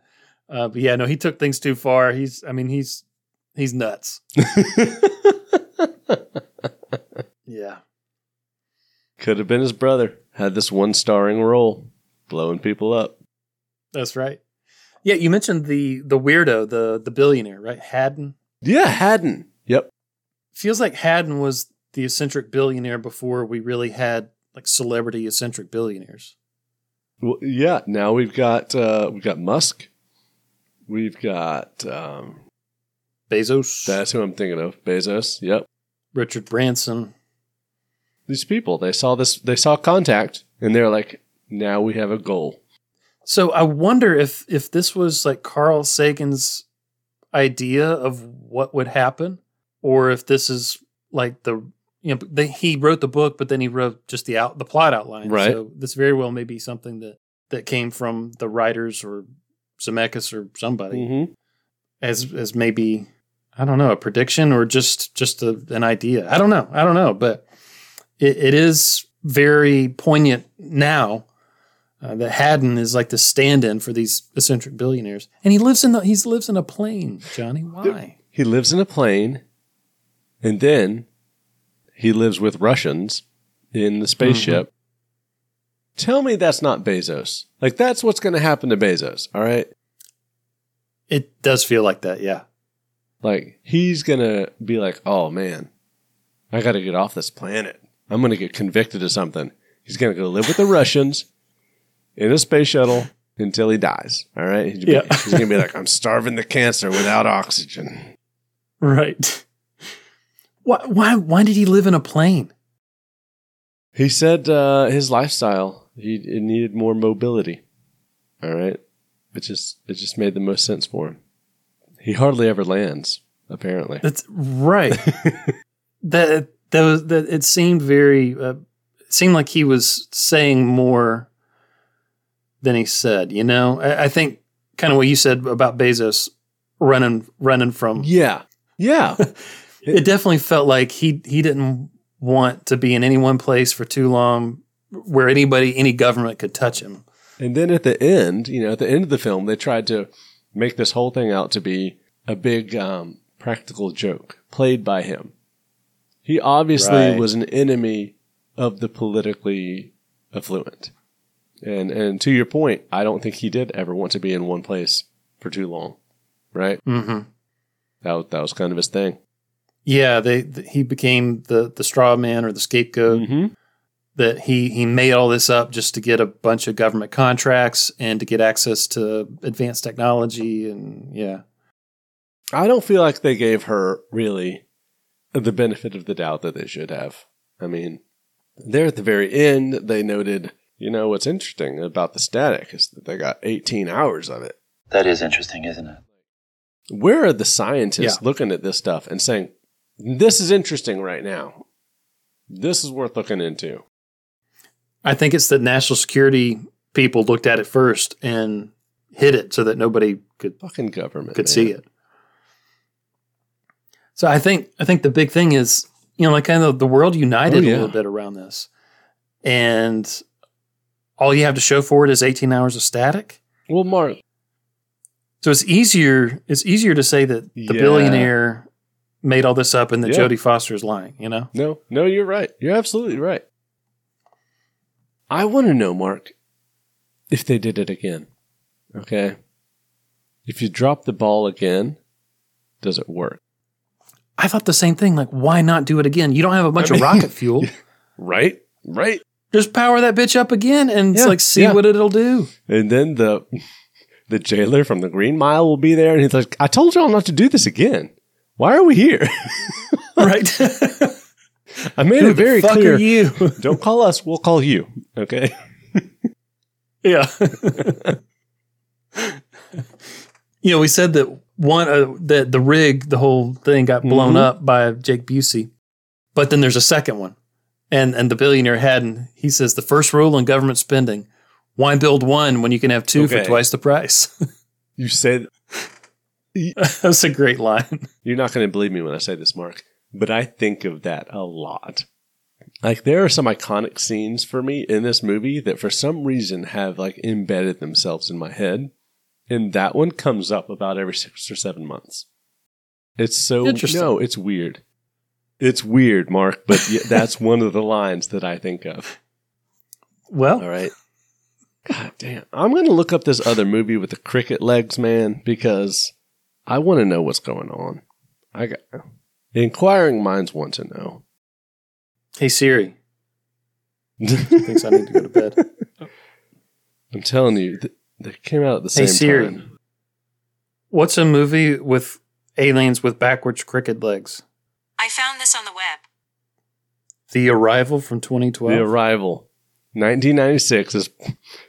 S2: Uh, but yeah, no, he took things too far. He's, I mean, he's he's nuts.
S1: (laughs)
S2: yeah,
S1: Could have been his brother. Had this one starring role, blowing people up.
S2: that's right. Yeah, you mentioned the the weirdo, the the billionaire, right? Haddon
S1: Yeah, Haddon. Yep.
S2: feels like Haddon was the eccentric billionaire before we really had like celebrity eccentric billionaires.
S1: Well, yeah. Now we've got uh, we've got Musk. We've got um,
S2: Bezos,
S1: that's who I'm thinking of. Bezos. Yep.
S2: Richard Branson.
S1: These people they saw this they saw contact and they're like, now we have a goal.
S2: So I wonder if if this was like Carl Sagan's idea of what would happen, or if this is like the you know they, he wrote the book, but then he wrote just the out the plot outline.
S1: Right.
S2: So this very well may be something that that came from the writers or Zemeckis or somebody
S1: Mm-hmm.
S2: as as maybe I don't know a prediction or just just a, an idea. I don't know. I don't know, but it, it is very poignant now uh, that Haddon is like the stand-in for these eccentric billionaires, and he lives in the he lives in a plane. Johnny, why?
S1: He lives in a plane, and then he lives with Russians in the spaceship. Tell me that's not Bezos. Like that's what's going to happen to Bezos. All right.
S2: It does feel like that. Yeah,
S1: Like he's gonna be like, "Oh man, I got to get off this planet. I'm gonna get convicted of something." He's gonna go live with the Russians in a space shuttle until he dies. All right, he's, gonna be-
S2: Yeah.
S1: he's gonna be like, "I'm starving to cancer without oxygen."
S2: right. why? Why? Why did he live in a plane?
S1: He said uh, his lifestyle he it needed more mobility. All right, it just it just made the most sense for him. He hardly ever lands,
S2: (laughs)
S1: apparently.
S2: That's
S1: (laughs)
S2: right. that that was that. It seemed very. Uh, it seemed like he was saying more than he said. You know, I, I think kind of what you said about Bezos running running from.
S1: Yeah, yeah.
S2: It definitely felt like he he didn't want to be in any one place for too long, where anybody any government could touch him.
S1: And then at the end, you know, at the end of the film, they tried to make this whole thing out to be a big um, practical joke played by him. He obviously
S2: Right.
S1: was an enemy of the politically affluent. And and to your point, I don't think he did ever want to be in one place for too long, right?
S2: hmm
S1: That was, that was kind of his thing.
S2: Yeah, they th- he became the the straw man or the scapegoat.
S1: Mm-hmm.
S2: that he he made all this up just to get a bunch of government contracts and to get access to advanced technology and yeah
S1: I don't feel like they gave her really the benefit of the doubt that they should have. I mean, there at the very end, they noted You know what's interesting about the static is that they got 18 hours of it.
S3: That is interesting, isn't it?
S1: Where are the scientists looking at this stuff and saying, "This is interesting right now. This is worth looking into."
S2: I think it's that national security people looked at it first and hid it so that nobody could
S1: fucking government
S2: could see
S1: man.
S2: it. So I think I think the big thing is you know like kind of the world united
S1: Oh, yeah.
S2: a little bit around this, and all you have to show for it is eighteen hours of static.
S1: Well, Mark,
S2: So it's easier it's easier to say that the
S1: Yeah.
S2: billionaire made all this up and that
S1: Yeah.
S2: Jodie Foster is lying. You know,
S1: No, no, you're right. You're absolutely right. I want to know, Mark, if they did it again. Okay. If you drop the ball again, does it work?
S2: I thought the same thing. Like, why not do it again? You don't have a bunch
S1: I
S2: of
S1: mean- (laughs)
S2: rocket fuel.
S1: Right? Right.
S2: Just power that bitch up again and it's
S1: Yeah,
S2: like see
S1: yeah.
S2: what it'll do.
S1: And then the (laughs) the jailer from the Green Mile will be there and he's like, I told y'all not to do this again. Why are we here? (laughs)
S2: Right. (laughs)
S1: I made
S2: Who
S1: it
S2: the
S1: very
S2: fuck
S1: clear.
S2: are you?
S1: Don't call us, we'll call you. Okay. (laughs)
S2: Yeah. (laughs) you know, we said that one uh, that the rig, the whole thing got blown
S1: Mhm.
S2: up by Jake Busey, but then there's a second one, and and the billionaire hadn't. He says the first rule in government spending: why build one when you can have two for
S1: Okay.
S2: twice the price? (laughs)
S1: You said
S2: That's a great line.
S1: You're not going to believe me when I say this, Mark, but I think of that a lot. Like there are some iconic scenes for me in this movie that for some reason have like embedded themselves in my head, and that one comes up about every 6 or 7 months. It's so
S2: Interesting.
S1: no, it's weird. It's weird, Mark, but y- that's one of the lines that I think of.
S2: Well,
S1: All right. God damn. I'm going to look up this other movie with the cricket legs, man, because I want to know what's going on. I got inquiring minds want to know. (laughs)
S2: hey Siri thinks I need to go to bed.
S1: (laughs) I'm telling you, th- they came out at the
S2: Hey,
S1: same
S2: Siri.
S1: time.
S2: What's a movie with aliens with backwards crooked legs?
S12: I found this on the web.
S2: The Arrival from 2012.
S1: The Arrival, 1996 is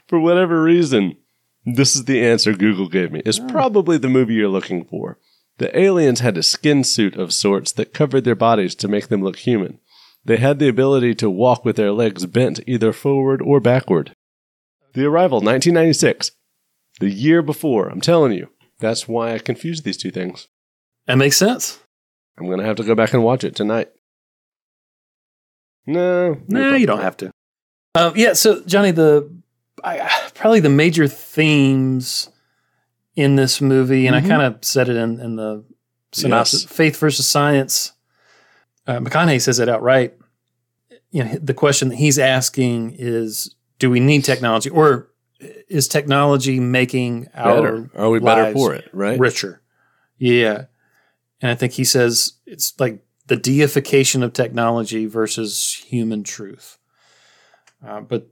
S1: for whatever reason. This is the answer Google gave me. It's
S2: Ah.
S1: probably the movie you're looking for. The aliens had a skin suit of sorts that covered their bodies to make them look human. They had the ability to walk with their legs bent either forward or backward. The Arrival, 1996, the year before. I'm telling you, that's why I confused these two things.
S2: that makes sense.
S1: I'm gonna have to go back and watch it tonight. No,
S2: No, you don't have to. Um, yeah, so Johnny, the I, probably the major themes in this movie, and
S1: Mhm.
S2: I kind of said it in, in the synopsis:
S1: Yes.
S2: faith versus science. Uh, McConaughey says it outright. You know, the question that he's asking is: Do we need technology, or is technology making our
S1: Better. Are we better
S2: lives
S1: for it? Right?
S2: richer. Yeah. And I think he says it's like the deification of technology versus human truth. Uh, but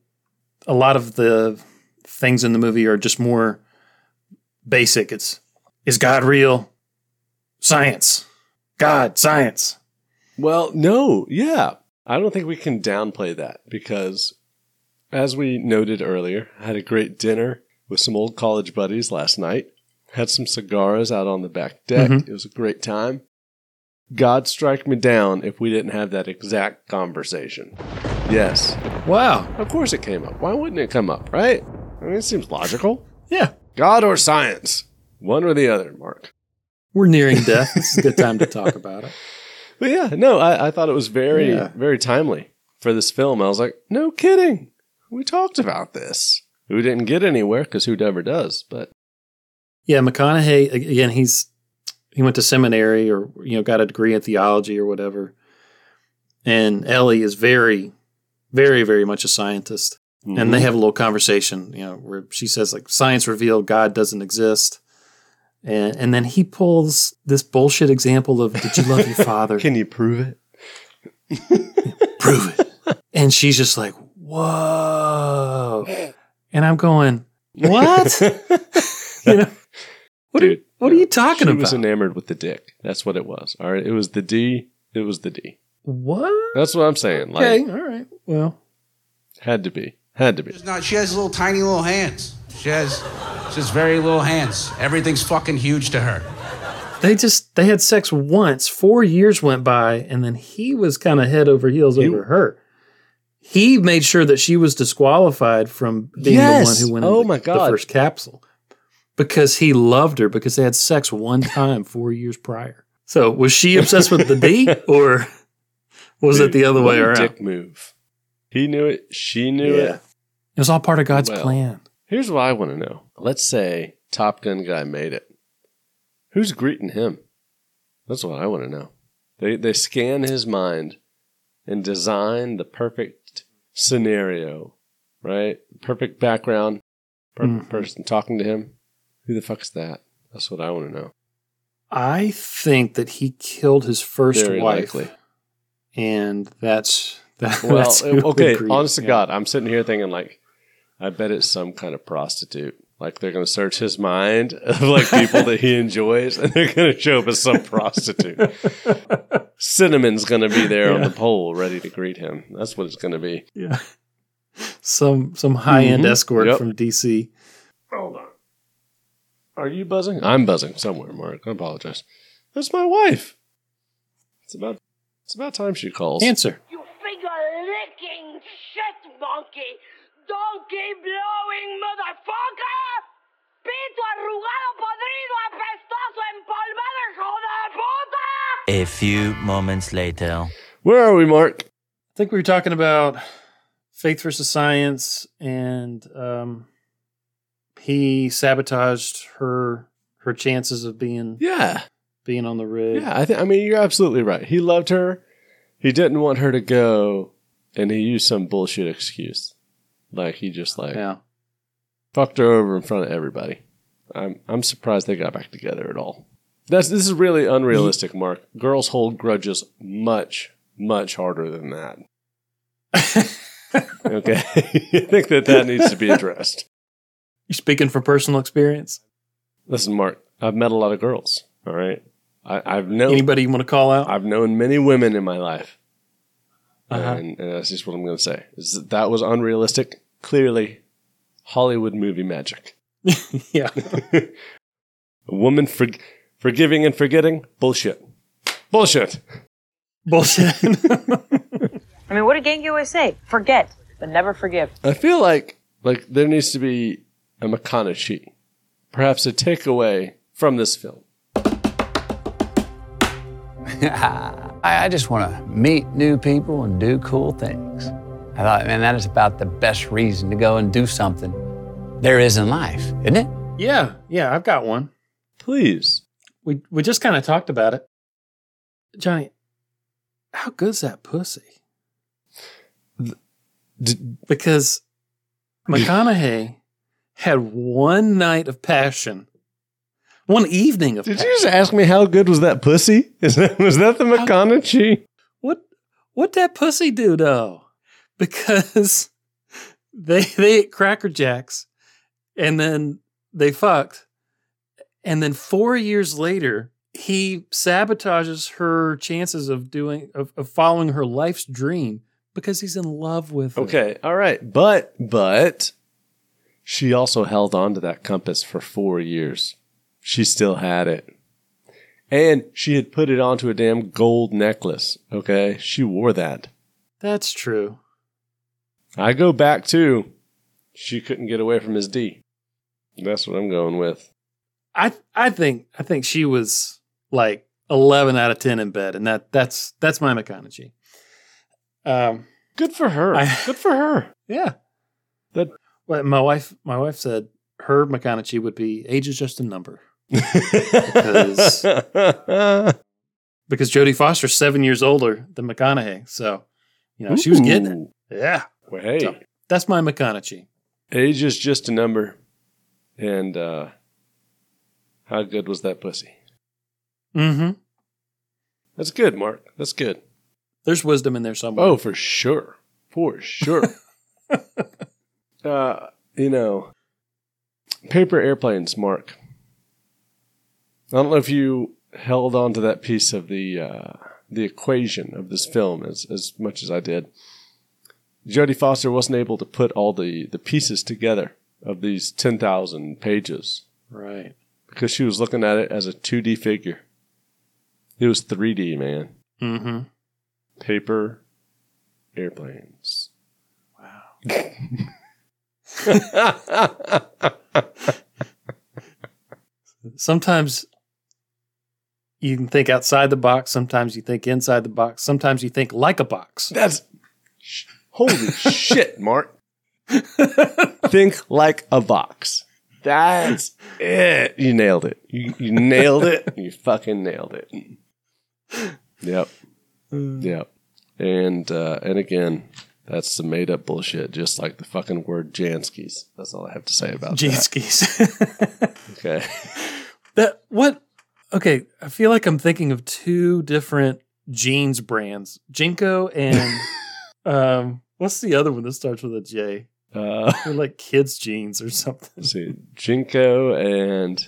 S2: a lot of the things in the movie are just more basic. It's is God real? Science. God, science.
S1: Well, no, yeah. I don't think we can downplay that because, as we noted earlier, I had a great dinner with some old college buddies last night. Had some cigars out on the back deck.
S2: Mhm.
S1: It was a great time. God strike me down if we didn't have that exact conversation. Yes,
S2: Wow.
S1: of course it came up. Why wouldn't it come up, right? I mean, it seems logical.
S2: Yeah.
S1: God or science? One or the other, Mark.
S2: We're nearing death. This is a good time to talk about it.
S1: But yeah, no, I, I thought it was very,
S2: Yeah.
S1: very timely for this film. I was like, no kidding. We talked about this. We didn't get anywhere because who never does. But
S2: Yeah, McConaughey ag- again. He's he went to seminary or you know got a degree in theology or whatever. And Ellie is very, very, very much a scientist. And
S1: Mm-hmm.
S2: they have a little conversation, you know, where she says like science revealed God doesn't exist. And and then he pulls this bullshit example of did you
S1: (laughs)
S2: love your father?
S1: can you prove it?
S2: Prove it. And she's just like,
S1: (gasps)
S2: Whoa. And
S1: (laughs)
S2: I'm going, What? (laughs) you know, what are,
S1: Dude,
S2: what are you talking
S1: she
S2: about?
S1: was enamored with the dick. That's what it was. All right, it was the D. It was the D.
S2: what?
S1: That's what I'm saying. Like,
S2: Okay, all right. Well,
S1: had to be, Had to be.
S13: She's not, she has little tiny little hands. She has just very little hands. Everything's fucking huge to her.
S2: They just they had sex once. Four years went by, and then he was kind of head over heels over her. He made sure that she was disqualified from being
S1: Yes.
S2: the one who went
S1: Oh
S2: in the,
S1: my God.
S2: the first capsule because he loved her because they had sex one time four years prior. So was she obsessed with
S1: (laughs)
S2: the D or was it
S1: Dude,
S2: the other
S1: what
S2: way
S1: a
S2: around?
S1: Dick move. He knew it. She knew
S2: Yeah.
S1: it.
S2: It was all part of God's
S1: Well,
S2: plan.
S1: Here's what I want to know. Let's say Top Gun guy made it. Who's greeting him? That's what I want to know. They they scan his mind and design the perfect scenario, right? Perfect background, perfect
S2: Mhm.
S1: person talking to him. Who the fuck's that? That's what I want to know.
S2: I think that he killed his first
S1: Very
S2: wife,
S1: likely.
S2: and that's
S1: (laughs)
S2: that, (laughs)
S1: Well,
S2: that's who
S1: okay.
S2: agreed.
S1: Honest to
S2: Yeah.
S1: God, I'm sitting here thinking like, I bet it's some kind of prostitute. Like they're going to search his mind (laughs) of like people that he enjoys, and they're going to show up as
S2: (laughs)
S1: some prostitute. Cinnamon's going to be there on
S2: Yeah.
S1: the pole, ready to greet him. That's what it's going to be.
S2: Yeah. some some high end
S1: Mhm.
S2: escort
S1: Yep.
S2: from DC.
S1: Hold on. Are you buzzing? I'm buzzing somewhere, Mark. I apologize. That's my wife. It's about it's about time she calls.
S2: Answer.
S14: You finger licking shit monkey! Donkey blowing motherfucker! Pito arrugado, podrido, apestoso, empolvado, hijo de puta!
S15: A few moments later.
S1: Where are we, Mark?
S2: I think we were talking about faith versus science, and um, he sabotaged her her chances of being
S1: Yeah.
S2: being on the rig.
S1: Yeah, I think. I mean, you're absolutely right. He loved her. He didn't want her to go, and he used some bullshit excuse, like he just like
S2: Yeah.
S1: fucked her over in front of everybody. I'm I'm surprised they got back together at all. That's this is really unrealistic, Mark. Girls hold grudges much much harder than that. okay, (laughs) I think that that needs to be addressed.
S2: (laughs) You speaking from personal experience?
S1: Listen, Mark, I've met a lot of girls. All right, I, I've known
S2: Anybody you want to call out?
S1: I've known many women in my life.
S2: Uh-huh.
S1: And, and that's just what I'm going to say. Is that, that was unrealistic. Clearly, Hollywood movie magic.
S2: (laughs) yeah.
S1: a woman for, forgiving and forgetting? Bullshit. Bullshit.
S2: Bullshit. (laughs)
S16: I mean, what did Gang always say? Forget, but never forgive.
S1: I feel like like there needs to be a McConaughey, perhaps a takeaway from this film.
S6: (laughs) I, I just want to meet new people and do cool things. I thought, man, that is about the best reason to go and do something there is in life, isn't it?
S2: Yeah, yeah, I've got one.
S1: Please.
S2: We we just kind of talked about it. Johnny, how good's that pussy? (laughs) because McConaughey had one night of passion, one evening of
S1: Did
S2: passion.
S1: you just ask me how good was that pussy? (laughs) Is that, was that the McConaughey?
S2: what what that pussy do though? Because (laughs) they they ate cracker jacks and then they fucked. And then four years later, he sabotages her chances of doing of, of following her life's dream because he's in love with her.
S1: Okay, all right. But but she also held on to that compass for 4 years. She still had it. And she had put it onto a damn gold necklace, okay? She wore that.
S2: That's true.
S1: I go back to she couldn't get away from his D. That's what I'm going with.
S2: I I think I think she was like eleven out of ten in bed, and that that's that's my McConaughey. Um,
S1: good for her. (laughs) good for her.
S2: Yeah.
S1: That
S2: well, my wife my wife said her McConaughey would be age is just a number.
S1: (laughs)
S2: because because Jodie Foster's seven years older than McConaughey, so you know she was getting it.
S1: Ooh.
S2: Yeah.
S1: Well, hey.
S2: So, that's my McConaughey.
S1: Age is just a number. And uh how good was that pussy?
S2: Mm-hmm.
S1: That's good, Mark. That's good.
S2: There's wisdom in there somewhere.
S1: Oh, for sure. For sure. uh, you know, paper airplanes, Mark. I don't know if you held on to that piece of the uh, the equation of this film as, as much as I did. Jodie Foster wasn't able to put all the, the pieces together of these 10,000 pages
S2: Right.
S1: because she was looking at it as a 2D figure. It was 3D, man.
S2: Mm-hmm.
S1: Paper airplanes. (laughs)
S2: Sometimes you can think outside the box. Sometimes you think inside the box. Sometimes you think like
S1: (laughs)
S2: a box.
S1: That's holy shit, Mark. Think like a box. That's it. You nailed it. You, you nailed it. You fucking nailed it. Yep. Yep. And uh, and again, that's some made up bullshit, just like the fucking word Janskis. That's all I have to say about
S2: (laughs) Janskis.
S1: that. Okay. (laughs)
S2: that what? Okay, I feel like I'm thinking of two different jeans brands: Jinko (laughs) and um, what's the other one that starts with a J?
S1: Uh,
S2: They're like kids' jeans or something.
S1: Let's see, Jinko and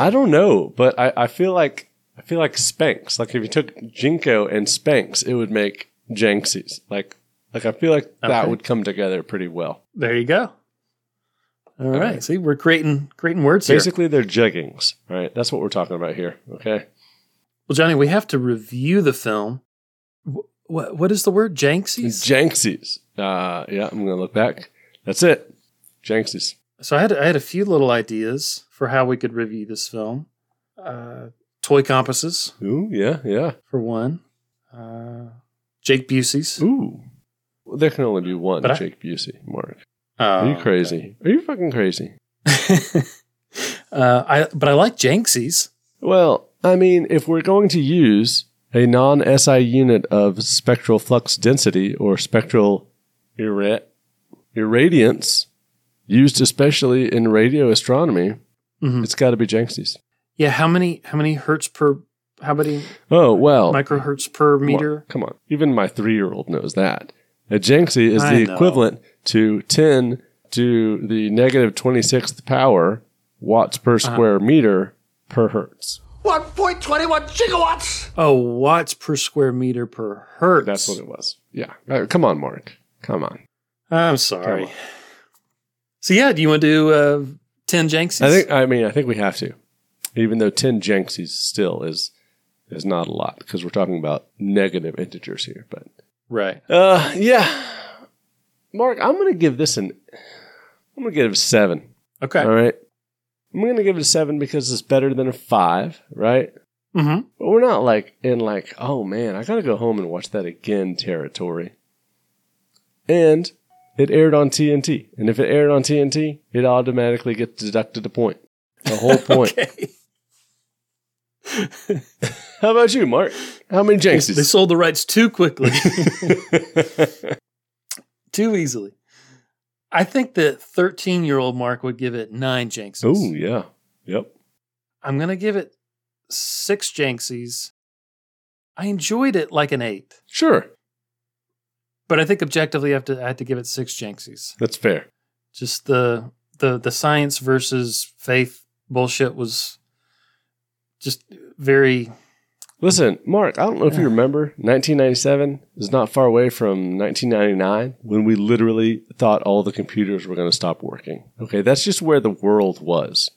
S1: I don't know, but I, I feel like I feel like Spanx. Like if you took Jinko and Spanx, it would make Janksies. Like like I feel like that
S2: Okay.
S1: would come together pretty well.
S2: There you go. All right.
S1: right.
S2: See, we're creating creating words here.
S1: Basically, they're jeggings, right? That's what we're talking about here. Okay,
S2: Well, Johnny, we have to review the film. What what is the word? Janksies.
S1: Janksies. Uh, yeah, I'm gonna look back. That's it. Janksies.
S2: so I had I had a few little ideas for how we could review this film. Uh, toy compasses
S1: Ooh, yeah, yeah.
S2: for one. Uh, Jake Busey's.
S1: Ooh, well, there can only be one
S2: But I-
S1: Jake Busey. Mark,
S2: Oh,
S1: are you crazy? Are you fucking crazy?
S2: (laughs) uh, I but I like Janksies.
S1: Well, I mean, if we're going to use a non SI unit of spectral flux density or spectral irra- irradiance, used especially in radio astronomy,
S2: Mhm.
S1: it's got to be Jenksies.
S2: Yeah. How many how many hertz per how many
S1: Oh, well.
S2: microhertz per
S1: come on,
S2: meter?
S1: Come on. Even my three year old knows that. A Jenksy is
S2: I
S1: the
S2: know.
S1: equivalent to 10 to the negative 26th power watts per
S2: Uh-huh.
S1: square meter per hertz.
S14: 1.21 gigawatts!
S2: Oh, watts per square meter per hertz.
S1: That's what it was. Yeah. Uh, come on, Mark. Come on.
S2: I'm
S1: Come
S2: sorry. So yeah, do you want to do uh, ten Janksies?
S1: I think. I mean, I think we have to, even though ten Jenksies still is is not a lot because we're talking about negative integers here. But
S2: right.
S1: uh, yeah, Mark, I'm gonna give this an. I'm gonna give it a seven.
S2: Okay.
S1: All right. I'm gonna give it a seven because it's better than a five, right?
S2: Mm-hmm.
S1: (laughs) But we're not like in like, oh man, I gotta go home and watch that again territory. And it aired on TNT, and if it aired on TNT, it automatically gets deducted a point, a whole point.
S2: Okay.
S1: How about you, Mark? How many
S2: They,
S1: Jenksies?
S2: they sold the rights too quickly, (laughs) too easily. I think that 13 year old Mark would give it nine
S1: (laughs)
S2: Janksies.
S1: Ooh, yeah. Yep.
S2: I'm going to give it six Janksies. I enjoyed it like an eight,
S1: Sure.
S2: but I think objectively I have to, I have to give it six Janksies.
S1: That's fair.
S2: Just the, the, the science versus faith bullshit was just very,
S1: Listen, Mark, I don't know if you remember, 1997 is not far away from 1999 when we literally thought all the computers were going to stop working. Okay, that's just where the world was.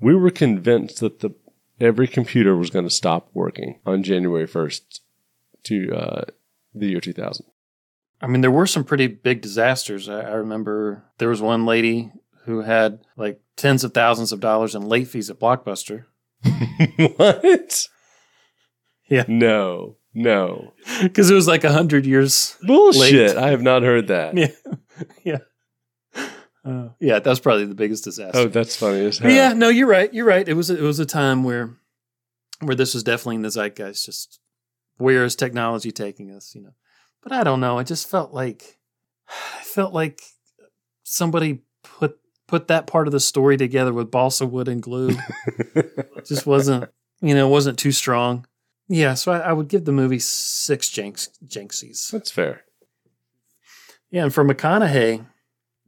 S1: We were convinced that the every computer was going to stop working on January 1st to uh, the year 2000.
S2: I mean, there were some pretty big disasters. I, I remember there was one lady who had like tens of thousands of dollars in late fees at Blockbuster. (laughs)
S1: (laughs) what?
S2: Yeah.
S1: No. No.
S2: Because it was like a hundred years. (laughs)
S1: Bullshit.
S2: Late.
S1: I have not heard that.
S2: Yeah, yeah, uh, yeah. That was probably the biggest disaster.
S1: Oh, that's funny as hell.
S2: But yeah, no, you're right. You're right. It was a, it was a time where where this was definitely in the zeitgeist. Just where is technology taking us? You know, but I don't know. I just felt like I felt like somebody put put that part of the story together with balsa wood and glue. It just wasn't you know wasn't too strong. Yeah, so I, I would give the movie six janks janksies.
S1: That's fair.
S2: Yeah, and for McConaughey,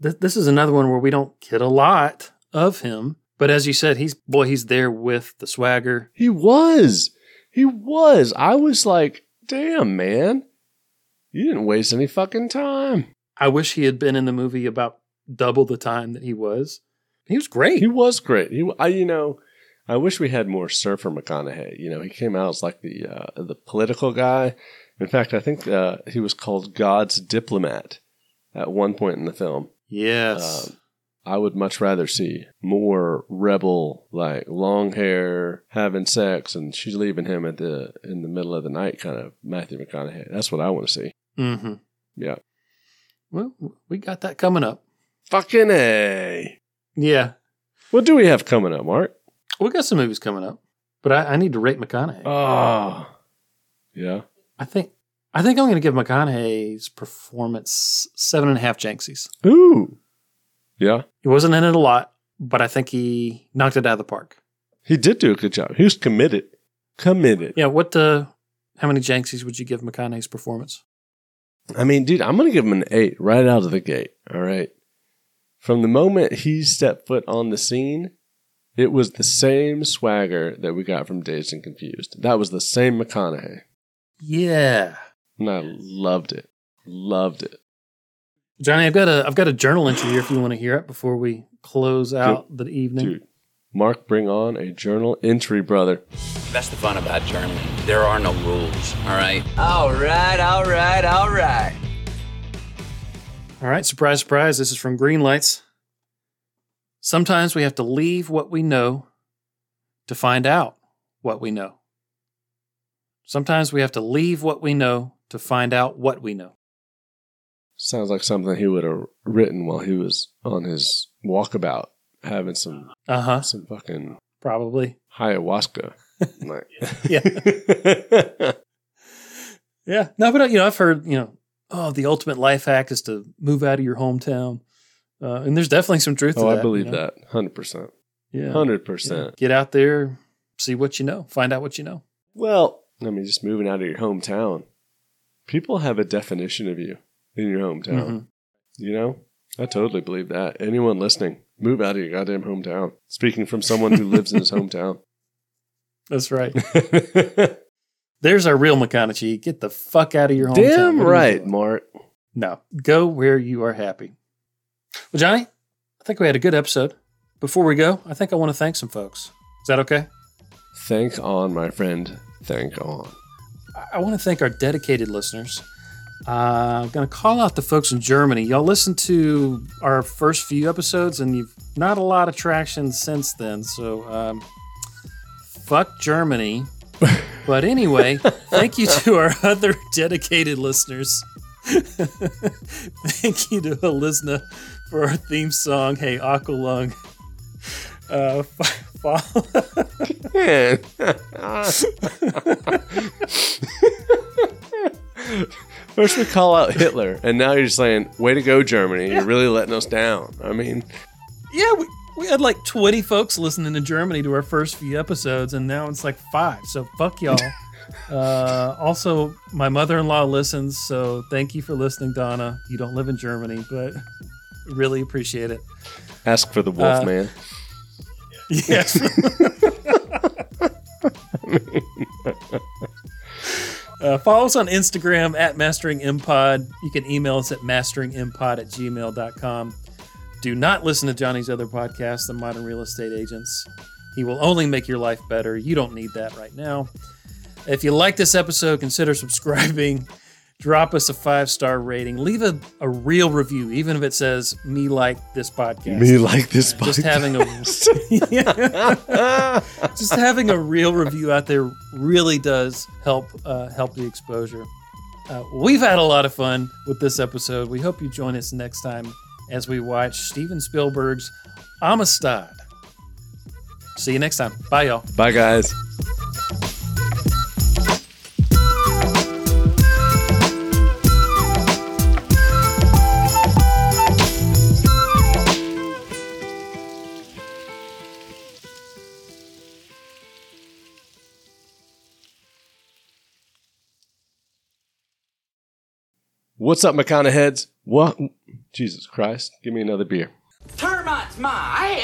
S2: th- this is another one where we don't get a lot of him. But as you said, he's boy, he's there with the swagger.
S1: He was. He was. I was like, damn, man. You didn't waste any fucking time.
S2: I wish he had been in the movie about double the time that he was. He was great.
S1: He was great. He, I, you know, I wish we had more Surfer McConaughey. You know, he came out as like the uh, the political guy. In fact, I think uh, he was called God's diplomat at one point in the film.
S2: Yes.
S1: Um, I would much rather see more rebel, like long hair, having sex, and she's leaving him at the in the middle of the night kind of Matthew McConaughey. That's what I want to see.
S2: Mm-hmm.
S1: Yeah.
S2: Well, we got that coming up.
S1: Fucking a.
S2: Yeah.
S1: What do we have coming up, Mark?
S2: We got some movies coming up, but I, I need to rate McConaughey.
S1: Oh. Yeah.
S2: I think I think I'm going to give McConaughey's performance seven and a half Janksies.
S1: Ooh. Yeah.
S2: He wasn't in it a lot, but I think he knocked it out of the park.
S1: He did do a good job. He was committed. Committed.
S2: Yeah. What the? How many Janksies would you give McConaughey's performance?
S1: I mean, dude, I'm going to give him an eight right out of the gate. All right. From the moment he stepped foot on the scene, it was the same swagger that we got from Dazed and Confused. That was the same McConaughey.
S2: Yeah.
S1: And I loved it. Loved it.
S2: Johnny, I've got a I've got a journal entry here if you want to hear it before we close out dude, the evening. Dude,
S1: Mark, bring on a journal entry, brother.
S17: That's the fun about journaling. There are no rules. All right.
S6: All right. All right. All right.
S2: All right. Surprise, surprise. This is from Green Lights. Sometimes we have to leave what we know to find out what we know. Sometimes we have to leave what we know to find out what we know.
S1: Sounds like something he would have written while he was on his walkabout, having some
S2: uh huh
S1: some fucking
S2: probably (laughs)
S1: ayahuasca. like.
S2: yeah, yeah. No, but uh, you know, I've heard you know, oh, the ultimate life hack is to move out of your hometown, uh, and there's definitely some
S1: (laughs)
S2: truth.
S1: Oh,
S2: to that,
S1: I believe
S2: you know?
S1: that hundred percent.
S2: Yeah,
S1: hundred percent.
S2: Get out there, see what you know, find out what you know.
S1: Well, I mean, just moving out of your hometown, people have a definition of you in your hometown.
S2: Mm-hmm.
S1: You know, I totally believe that. Anyone listening, move out of your goddamn hometown. Speaking from someone who lives in his
S2: (laughs)
S1: hometown.
S2: That's right. (laughs) There's our real McConaughey. Get the fuck out of your hometown.
S1: Damn
S2: What are you
S1: right,
S2: doing?
S1: Mark.
S2: No, go where you are happy. Well, Johnny, I think we had a good episode. Before we go, I think I want to thank some folks. Is that okay?
S1: Thank on, my friend. Thank
S2: (laughs)
S1: on.
S2: I- I want to thank our dedicated listeners. Uh, I'm going to call out the folks in Germany. Y'all listened to our first few episodes, and you've not a lot of traction since then. So, um, fuck Germany. But anyway, thank you to our (laughs) other dedicated listeners. (laughs) thank you to Elizna for our theme song, Hey Aqualung. Uh, (laughs) f- follow,
S1: Man. First we call out Hitler, and now you're just saying, way to go, Germany. You're really letting us down. I mean,
S2: Yeah, we, we had like 20 folks listening to Germany to our first few episodes, and now it's like five. So fuck y'all. uh, also, my mother in law listens. So thank you for listening, Donna. You don't live in Germany, but really appreciate it.
S1: ask for the wolf,
S2: Uh,
S1: man. (laughs)
S2: Yes. (laughs) Uh, follow us on Instagram at masteringimpod. You can email us at masteringimpod at gmail.com. Do not listen to Johnny's other podcast, The Modern Real Estate Agents. He will only make your life better. You don't need that right now. If you like this episode, consider subscribing. Drop us a five star rating. Leave a, a real review, even if it says, Me like this podcast.
S1: Me like this
S2: Just
S1: podcast.
S2: having a
S1: (laughs)
S2: just having a real review out there really does help uh, help the exposure. Uh, we've had a lot of fun with this episode. We hope you join us next time as we watch Steven Spielberg's Amistad. See you next time. Bye, y'all.
S1: Bye, guys. What's up, McConaughey's? What? Jesus Christ. Give me another beer.
S18: Termites my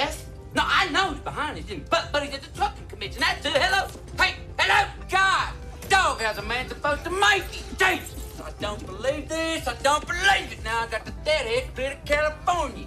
S18: ass. No, I know he's behind us in the butt buddies at the trucking commission. That's it. Hello. Hey, hello. God, dog has a man supposed to make it. Jesus.
S3: I don't believe this. I don't believe it. Now I got the deadhead clear to California.